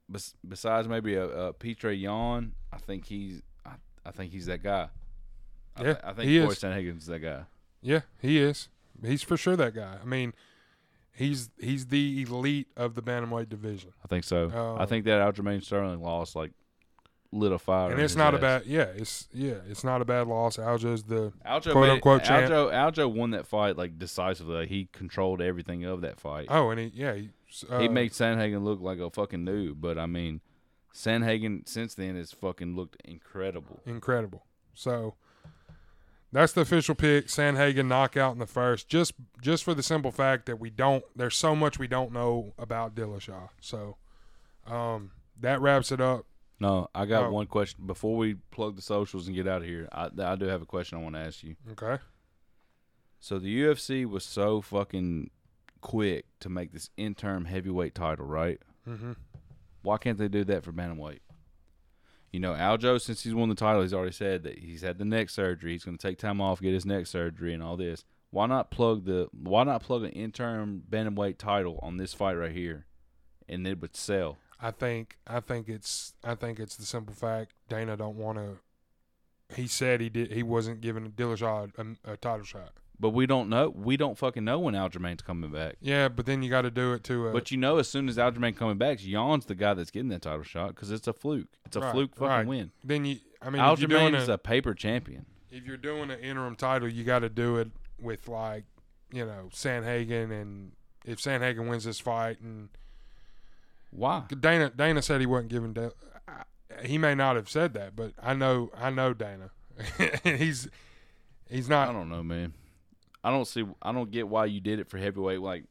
bes- besides maybe a, a Petre Yan, I think he's. I, I think he's that guy. I,
Yeah,
th- I think
he
Corey
is.
Sandhagen's that guy.
yeah. He is. He's for sure that guy. I mean, he's he's the elite of the bantamweight division,
I think so. I
Oh.
think that Aljamain Sterling loss like lit a fire.
and
under
it's
his
not a
ass.
bad. Yeah, it's yeah, it's not a bad loss. Aljo's the
Aljo,
quote
made-
unquote champ.
Aljo, Aljo won that fight like decisively. Like, he controlled everything of that fight.
oh, and he yeah he, uh,
he made Sandhagen look like a fucking noob, but I mean, Sandhagen since then has fucking looked incredible.
incredible. So that's the official pick. Sanhagen knockout in the first, just just for the simple fact that we don't. There's so much we don't know about Dillashaw. So um, that wraps it up.
No, I got
Oh.
one question before we plug the socials and get out of here. I, I do have a question I want to ask you.
Okay.
So the UFC was so fucking quick to make this interim heavyweight title, right?
Mm-hmm.
Why can't they do that for bantamweight? You know, Aljo, since he's won the title, he's already said that he's had the neck surgery. He's going to take time off, get his neck surgery, and all this. Why not plug the? Why not plug an interim bantamweight title on this fight right here, and it would sell?
I think I think it's I think it's the simple fact Dana don't want to. He said he did. He wasn't giving Dillashaw a, a title shot.
But we don't know. We don't fucking know when Aljamain's coming back.
Yeah, but then you got to do it to a.
But you know, as soon as Aljamain coming back, Jan's the guy that's getting that title shot because it's a fluke. It's a
Right,
fluke fucking
right.
win.
then you. I mean, if you're doing
Aljamain
a-
is a paper champion.
if you're doing an interim title, you got to do it with like, you know, Sanhagen, and if Sanhagen wins this fight, and
Why?
Dana Dana said he wasn't giving. Dil- I- He may not have said that, but I know I know Dana. he's he's
I
not
don't know, man. I don't see. I don't get why you did it for heavyweight. Like,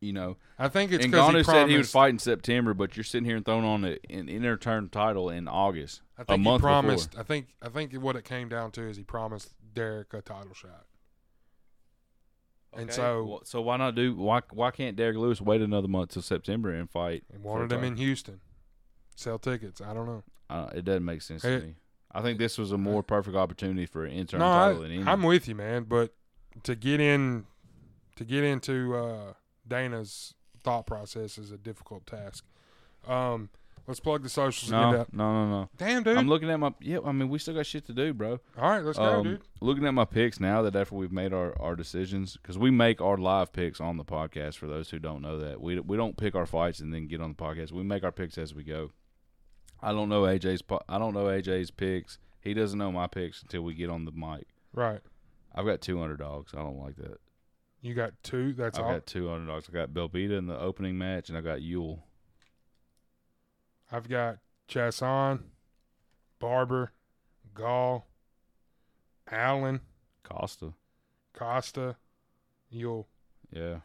you know,
I, think it's
and
because he
Ngannou said
promised.
he would fight in September, but you're sitting here and throwing on a, an interim title in August,
I think
a
he
month
promised.
before.
I think I think what it came down to is he promised Derek a title shot. And so
Well, so why not do? Why why can't Derek Lewis wait another month till September and fight?
he
for a
wanted him
title?
in Houston. Sell tickets. I don't know.
Uh, it doesn't make sense to
It-
me. I think this was a more perfect opportunity for an interim
No,
title than
I,
any.
I'm with you, man. But to get in, to get into uh, Dana's thought process is a difficult task. Um, let's plug the socials
no,
and
no,
get out.
no, no.
Damn, dude.
I'm looking at my. Yeah, I mean, we still got shit to do, bro.
All right, let's go,
Um,
dude.
Looking at my picks now that after we've made our, our decisions, because we make our live picks on the podcast. For those who don't know that, we we don't pick our fights and then get on the podcast. We make our picks as we go. I don't know AJ's. po- I don't know AJ's picks. He doesn't know my picks until we get on the mic.
Right.
I've got two underdogs. I don't like that.
You got two. That's
I've
all.
got two underdogs. I got Belbita in the opening match, and I got Yule.
I've got Chasson, Barber, Gall, Allen,
Costa.
Costa, Yule.
Yeah.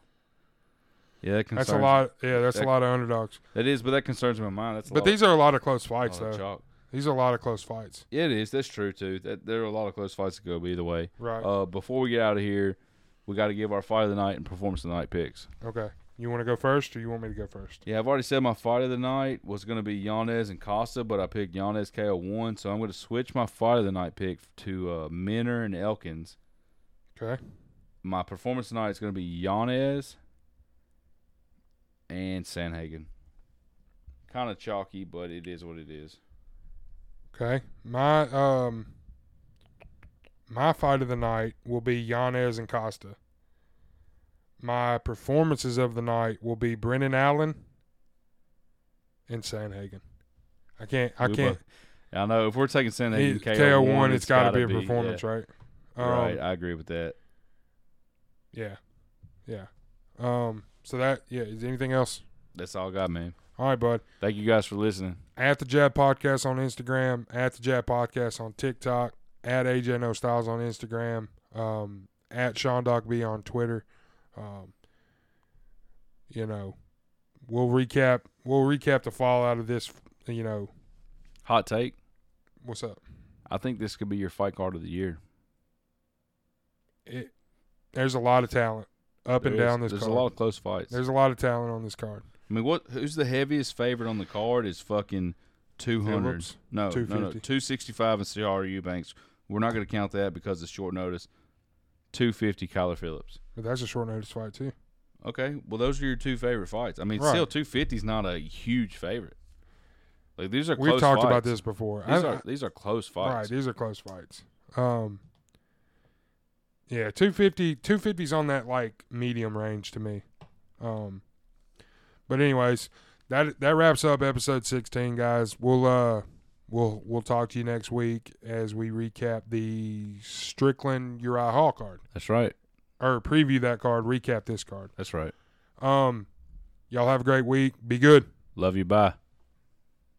Yeah, that concerns.
That's a lot. Yeah, that's
That-
a lot of underdogs.
That is, but that concerns my mind. That's a
But
lot,
these are a lot of close
a
fights,
lot of
though.
chalk.
These are a lot of close fights.
Yeah, it is. That's true too. That there are a lot of close fights to go either way.
Right.
Uh, before we get out of here, we got to give our fight of the night and performance of the night picks.
okay. You want to go first, or you want me to go first?
Yeah, I've already said my fight of the night was going to be Yanez and Costa, but I picked Yanez KO1, so I'm going to switch my fight of the night pick to uh, Minner and Elkins.
Okay.
My performance tonight is going to be Yanez and Sanhagen. Kind of chalky, but it is what it is.
Okay. My um My fight of the night will be Yanez and Costa. My performances of the night will be Brennan Allen and Sanhagen. I can't. I
We
can't.
both- I know if we're taking San Diego KO,
KO one.
one,
It's got to
gotta
be a performance, right?
Yeah,
Um,
right, I agree with that.
Yeah. Yeah. Um. So that. Yeah. Is there anything else?
That's all I got, man.
All right, bud.
Thank you guys for listening.
At the Jab Podcast on Instagram, at the Jab Podcast on TikTok, at AJ No Styles on Instagram, um, at Sean Doc B on Twitter. Um, you know, we'll recap. We'll recap the fallout of this. You know,
Hot take.
what's up?
I think this could be your fight card of the year.
It, there's a lot of talent up and
There is-
down this
There's
card.
a lot of close fights.
there's a lot of talent on this card.
I mean, what? Who's the heaviest favorite on the card? Is fucking two hundred?
Phillips,
No, no, no,
250.
two sixty five and Ciara Eubanks. We're not going to count that because it's short notice. Two fifty, Kyler Phillips.
But that's a short notice fight too.
Okay, well, those are your two favorite fights. I mean,
Right.
still two fifty is not a huge favorite. Like these are
We've
close
talked about
fights.
this before.
These
I-
are these are close fights.
Right, these are close fights. Um, yeah, 250 250's on that like medium range to me. Um, but anyways, that that wraps up episode 16, guys. We'll uh we'll we'll talk to you next week as we recap the Strickland Uriah Hall card
That's right.
or preview that card, recap this card.
That's right.
Um, y'all have a great week. Be good.
Love you. Bye.